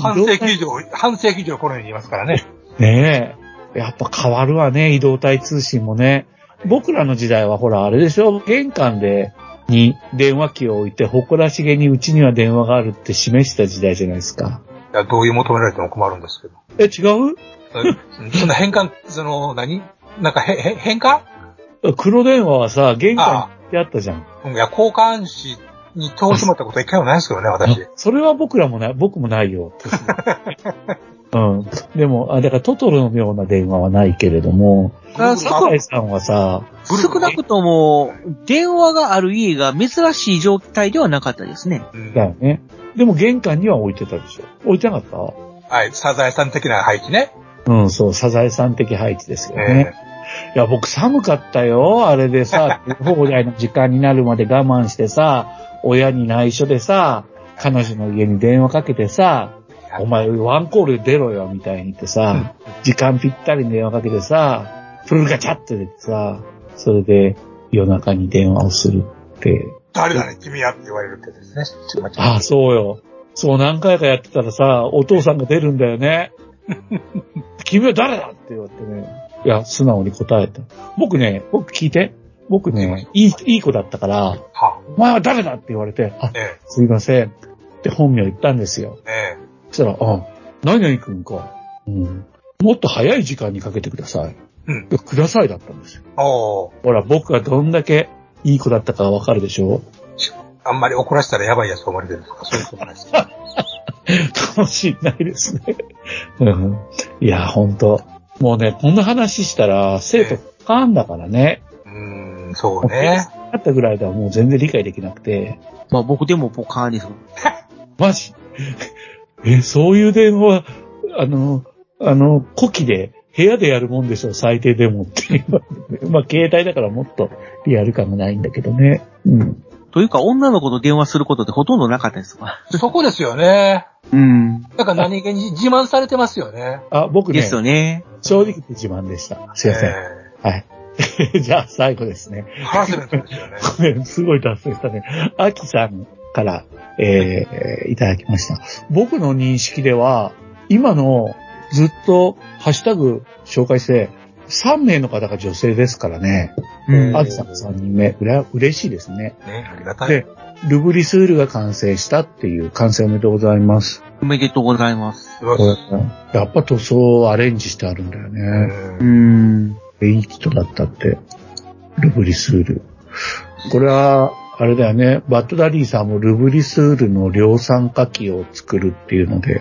Speaker 4: 半世紀以上、半世紀以上この世にいますからね。
Speaker 2: ねえ。やっぱ変わるわね、移動体通信もね。僕らの時代はほら、あれでしょ玄関で、に電話機を置いて、誇らしげにうちには電話があるって示した時代じゃないですか。
Speaker 4: いや、どういう求められても困るんです けど。
Speaker 2: え、違う
Speaker 4: うんその変換、その、何なんかへ、へ、変換
Speaker 2: 黒電話はさ、玄関にあったじゃん。
Speaker 4: うんいや、交換紙に通してもらったことは一回もないですけどね、私。
Speaker 2: それは僕らもない、僕もないよ。うん。でも、あ、だからトトロのような電話はないけれども、
Speaker 3: あそ
Speaker 2: 酒井さんはさ、
Speaker 3: 少なくとも、電話がある家が珍しい状態ではなかったですね。
Speaker 4: う
Speaker 2: だ
Speaker 4: ん
Speaker 2: よね。でも玄関には置いてたでしょ。置いてなかっ
Speaker 4: はい、サザエさん的な配置ね。
Speaker 2: たうん、そう、サザエさん的配置ですよ
Speaker 4: え
Speaker 2: ね。いや、僕寒かったよ。あれでさ、保護代の時間になるまで我慢してさ、親に内緒でさ、彼女の家に電話かけてさ、お前ワンコール出ろよ、みたいに言ってさ、時間ぴったりに電話かけてさ、プルガチャって出てさ、それで夜中に電話をするって。
Speaker 4: 誰だね、君やって言われるってですね。ちょっと待って
Speaker 2: ああ、そうよ。そう何回かやってたらさ、お父さんが出るんだよね。 君は誰だって言われてね。いや、素直に答えた。僕ね、僕聞いて。僕ね、いい、いい子だったから、
Speaker 4: は
Speaker 2: お前は誰だって言われて、あ
Speaker 4: あ、、え
Speaker 2: すいません。って本名言ったんですよ。
Speaker 4: え、え
Speaker 2: そしたら、あ、何々君か。うん。もっと早い時間にかけてください。
Speaker 4: うん
Speaker 2: いやくださいだったんですよ
Speaker 4: え。。おー
Speaker 2: ほら、僕がどんだけいい子だったかわかるでしょ
Speaker 4: あんまり怒らせたらやばいやつと思われてるんですかそういうことないです か
Speaker 2: かもしんないですね。うんいや、ほんと。もうね、こんな話したら、生徒かんだからね。
Speaker 4: うーん、そうね。
Speaker 2: あったぐらいではもう全然理解できなくて。
Speaker 3: まあ僕でもポカーンです。
Speaker 2: マジ え、そういう電話、あの、あの、古希で、部屋でやるもんでしょ、最低でもって言われ て。まあ、携帯だからもっとリアル感がないんだけどね。うん。
Speaker 3: というか、女の子と電話することってほとんどなかったですわ。
Speaker 4: そこですよね。
Speaker 3: うん。
Speaker 4: だから何気に自慢されてますよね。
Speaker 2: あ、僕
Speaker 3: で
Speaker 2: ね、
Speaker 3: すよね。
Speaker 2: 正直言って自慢でした。すいません。
Speaker 4: え
Speaker 2: はい。 じゃあ、最後ですね。
Speaker 4: えハラスメントですよね。
Speaker 2: ごめん、すごい達成したね。アキさんから、えー、いただきました。僕の認識では、今のずっとハッシュタグ紹介して、3名の方が女性ですからね。
Speaker 3: うん。
Speaker 2: アキさん3人目。うら、嬉しいですね。
Speaker 4: ね、ありがたい
Speaker 2: で。、ルブリスールが完成したっていう完成おめでとうございます。
Speaker 3: おめでとうございます。
Speaker 4: うわ
Speaker 2: これやっぱ塗装をアレンジしてあるんだよ
Speaker 4: う
Speaker 2: ね。
Speaker 3: うんん。
Speaker 2: いい人だったって。ルブリスール。これは、あれだよね。バットダディさんもルブリスールの量産化機を作るっていうので、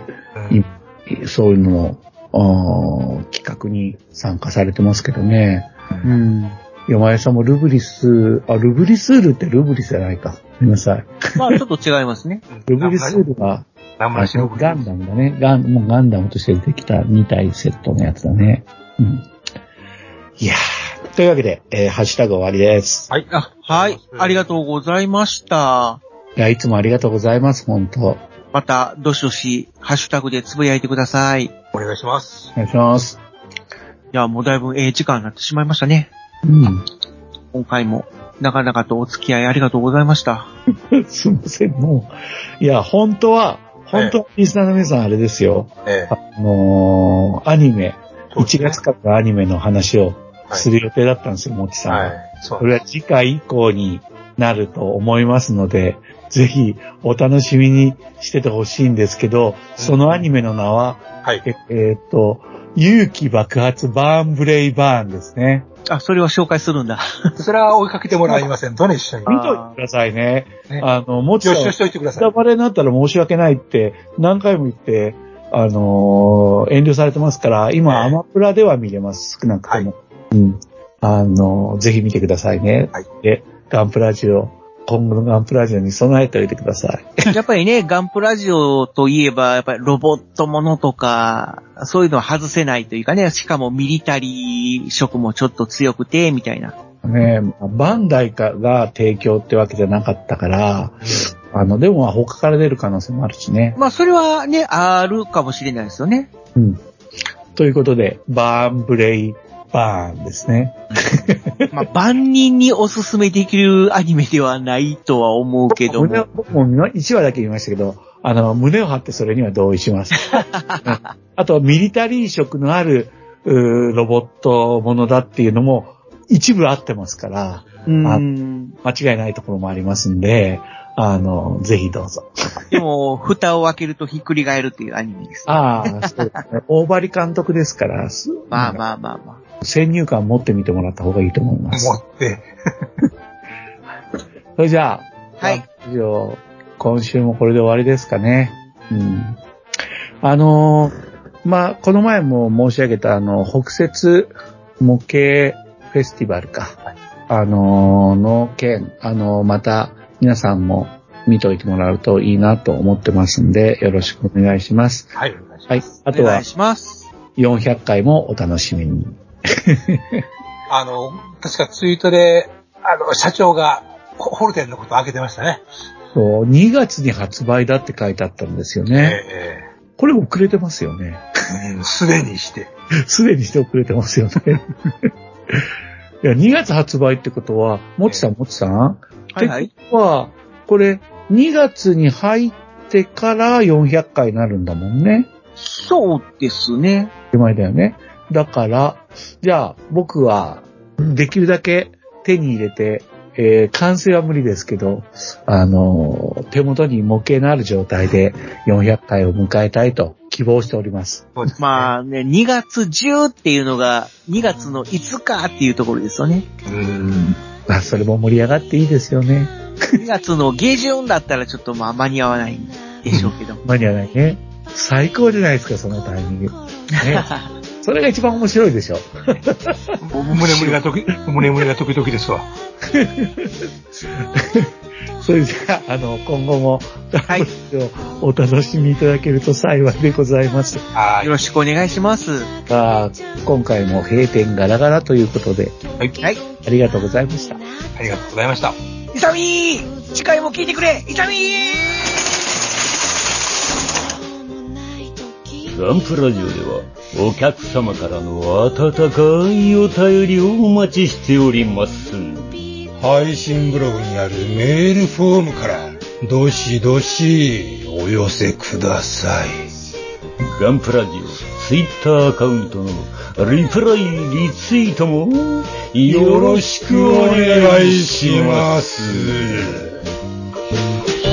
Speaker 4: うん
Speaker 2: そういうのを、あー企画に参加されてますけどね。
Speaker 3: うん。
Speaker 2: 山井さんもルブリス、あ、ルブリスールってルブリスじゃないか。ごめんなさい。
Speaker 3: まあちょっと違いますね。
Speaker 2: ルブリスールは、
Speaker 4: 何もなしの
Speaker 2: ガンダムだね。ガン、もうガンダムとして出てきた2体セットのやつだね。うん。いやー。というわけで、えーハッシュタグ終わりです。
Speaker 4: はい。
Speaker 3: あ、はい。ありがとうございました。
Speaker 2: いや、いつもありがとうございます、本当お
Speaker 3: また、どしどし、ハッシュタグでつぶやいてください。い
Speaker 4: お願いします。
Speaker 2: 願いします。
Speaker 3: や、もうだいぶええ時間になってしまいましたね。
Speaker 2: うん。
Speaker 3: 今回も、なかなかとお付き合いありがとうございました。
Speaker 2: すいません、もう。いや、本当は、本当はリスナーの皆さんあれですよ。
Speaker 4: ええ
Speaker 2: あのーアニメ、1月からのアニメの話をする予定だったんですよ、もちさんは。
Speaker 4: はい。そう
Speaker 2: こ。れは次回以降になると思いますので、ぜひお楽しみにしててほしいんですけど、そのアニメの名は、
Speaker 4: はい。
Speaker 2: ええーっと、勇気爆発バーンブレイバーンですね。
Speaker 3: あ、それは紹介する んだ。
Speaker 4: それは追いかけてもらいませんとね、一緒に。
Speaker 2: 見といてくださいね。
Speaker 4: ね
Speaker 2: あの、もち
Speaker 4: 予
Speaker 2: ろん、
Speaker 4: 習し
Speaker 2: ネ
Speaker 4: といてくださ
Speaker 2: タ
Speaker 4: い。
Speaker 2: バレになったら申し訳ないって何回も言って、あのー遠慮されてますから、今、
Speaker 4: え
Speaker 2: ア
Speaker 4: え
Speaker 2: マプラでは見れます、少なくとも。うん。あのーぜひ見てくださいね。
Speaker 4: はい
Speaker 2: で、ガンプラジオ、今後のガンプラジオに備えておいてください。
Speaker 3: やっぱりね、ガンプラジオといえば、やっぱりロボットものとか、そういうのは外せないというかね、しかもミリタリー色もちょっと強くて、みたいな。
Speaker 2: ねえバンダイかが提供ってわけじゃなかったから、あの、でもまあ他から出る可能性もあるしね。
Speaker 3: まあ、それはね、あるかもしれないです よね。
Speaker 2: うん。ということで、バーンブレイバーンですね。
Speaker 3: まあ、万人におすすめできるアニメではないとは思うけど
Speaker 2: 胸
Speaker 3: も
Speaker 2: を。僕も1話だけ言いましたけど、あ の、胸を張ってそれには同意します。うんあと、ミリタリー色のあるうーロボットものだっていうのも一部合ってますから、
Speaker 3: うん。
Speaker 2: 間違いないところもありますんで、あの、ぜひどうぞ。
Speaker 3: でも、蓋を開けるとひっくり返るっていうアニメです。
Speaker 2: ああ、そうです ね。大張監督ですから、す
Speaker 3: まあまあまあま
Speaker 2: 先入観持ってみてもらった方がいいと思います。
Speaker 4: 持って、
Speaker 2: それじゃあ、
Speaker 3: はい
Speaker 2: ラジオ。今週もこれで終わりですかね。うん。あのーまあ、この前も申し上げた、あの、北節模型フェスティバルか。あのーの件、あのーまた皆さんも見といてもらうといいなと思ってますんで、よろしくお願いします。
Speaker 4: はい、お願いします。
Speaker 2: はい。あ
Speaker 3: あ。お
Speaker 2: と
Speaker 3: 願、
Speaker 2: はい
Speaker 3: します。
Speaker 2: 400回もお楽しみに。
Speaker 4: あの、確かツイートで、あの、社長が、ホホルデンのことを挙げてましたね。
Speaker 2: そう2月に発売だって書いてあったんですよね。
Speaker 4: え
Speaker 2: これ遅れてますよね。
Speaker 4: えうんすでにして。
Speaker 2: すでにして遅れてますよね。いや、2月発売ってことは、もちさん、もちさん
Speaker 3: はいはい。
Speaker 2: は、これ、2月に入ってから400回になるんだもんね。
Speaker 3: そうですね。
Speaker 2: 手前だよね。だから、じゃあ、僕は、できるだけ手に入れて、えー完成は無理ですけど、あのー手元に模型のある状態で400回を迎えたいと希望しております。
Speaker 4: そうですね
Speaker 3: まあね、2月10っていうのが、2月の5日っていうところですよね。
Speaker 4: うん。
Speaker 2: まあ、それも盛り上がっていいですよね。
Speaker 3: 2月の下旬だったらちょっとまあ間に合わないんでしょう けど。。
Speaker 2: 間に合わないね。最高じゃないですか、そのタイミング。ねそれが一番面白いでしょ。
Speaker 4: 胸胸が時、胸胸が時々ですわ。
Speaker 2: それじゃあ、あの、今後も、
Speaker 3: い
Speaker 2: お楽しみいただけると幸いでございます。
Speaker 4: は
Speaker 3: よろしくお願いします。
Speaker 2: あー今回も閉店ガラガラということで、
Speaker 4: い。
Speaker 3: は
Speaker 4: はい。
Speaker 3: い。
Speaker 2: ありがとうございました。
Speaker 4: ありがとうございました。
Speaker 3: イサミー次回も聞いてくれイサミー
Speaker 9: ガンプラジオではお客様からの温かいお便りをお待ちしております。
Speaker 1: 配信ブログにあるメールフォームから、どしどしお寄せください。
Speaker 9: ガンプラジオツイッターアカウントのリプライリツイートもよろしくお願いします。
Speaker 1: す。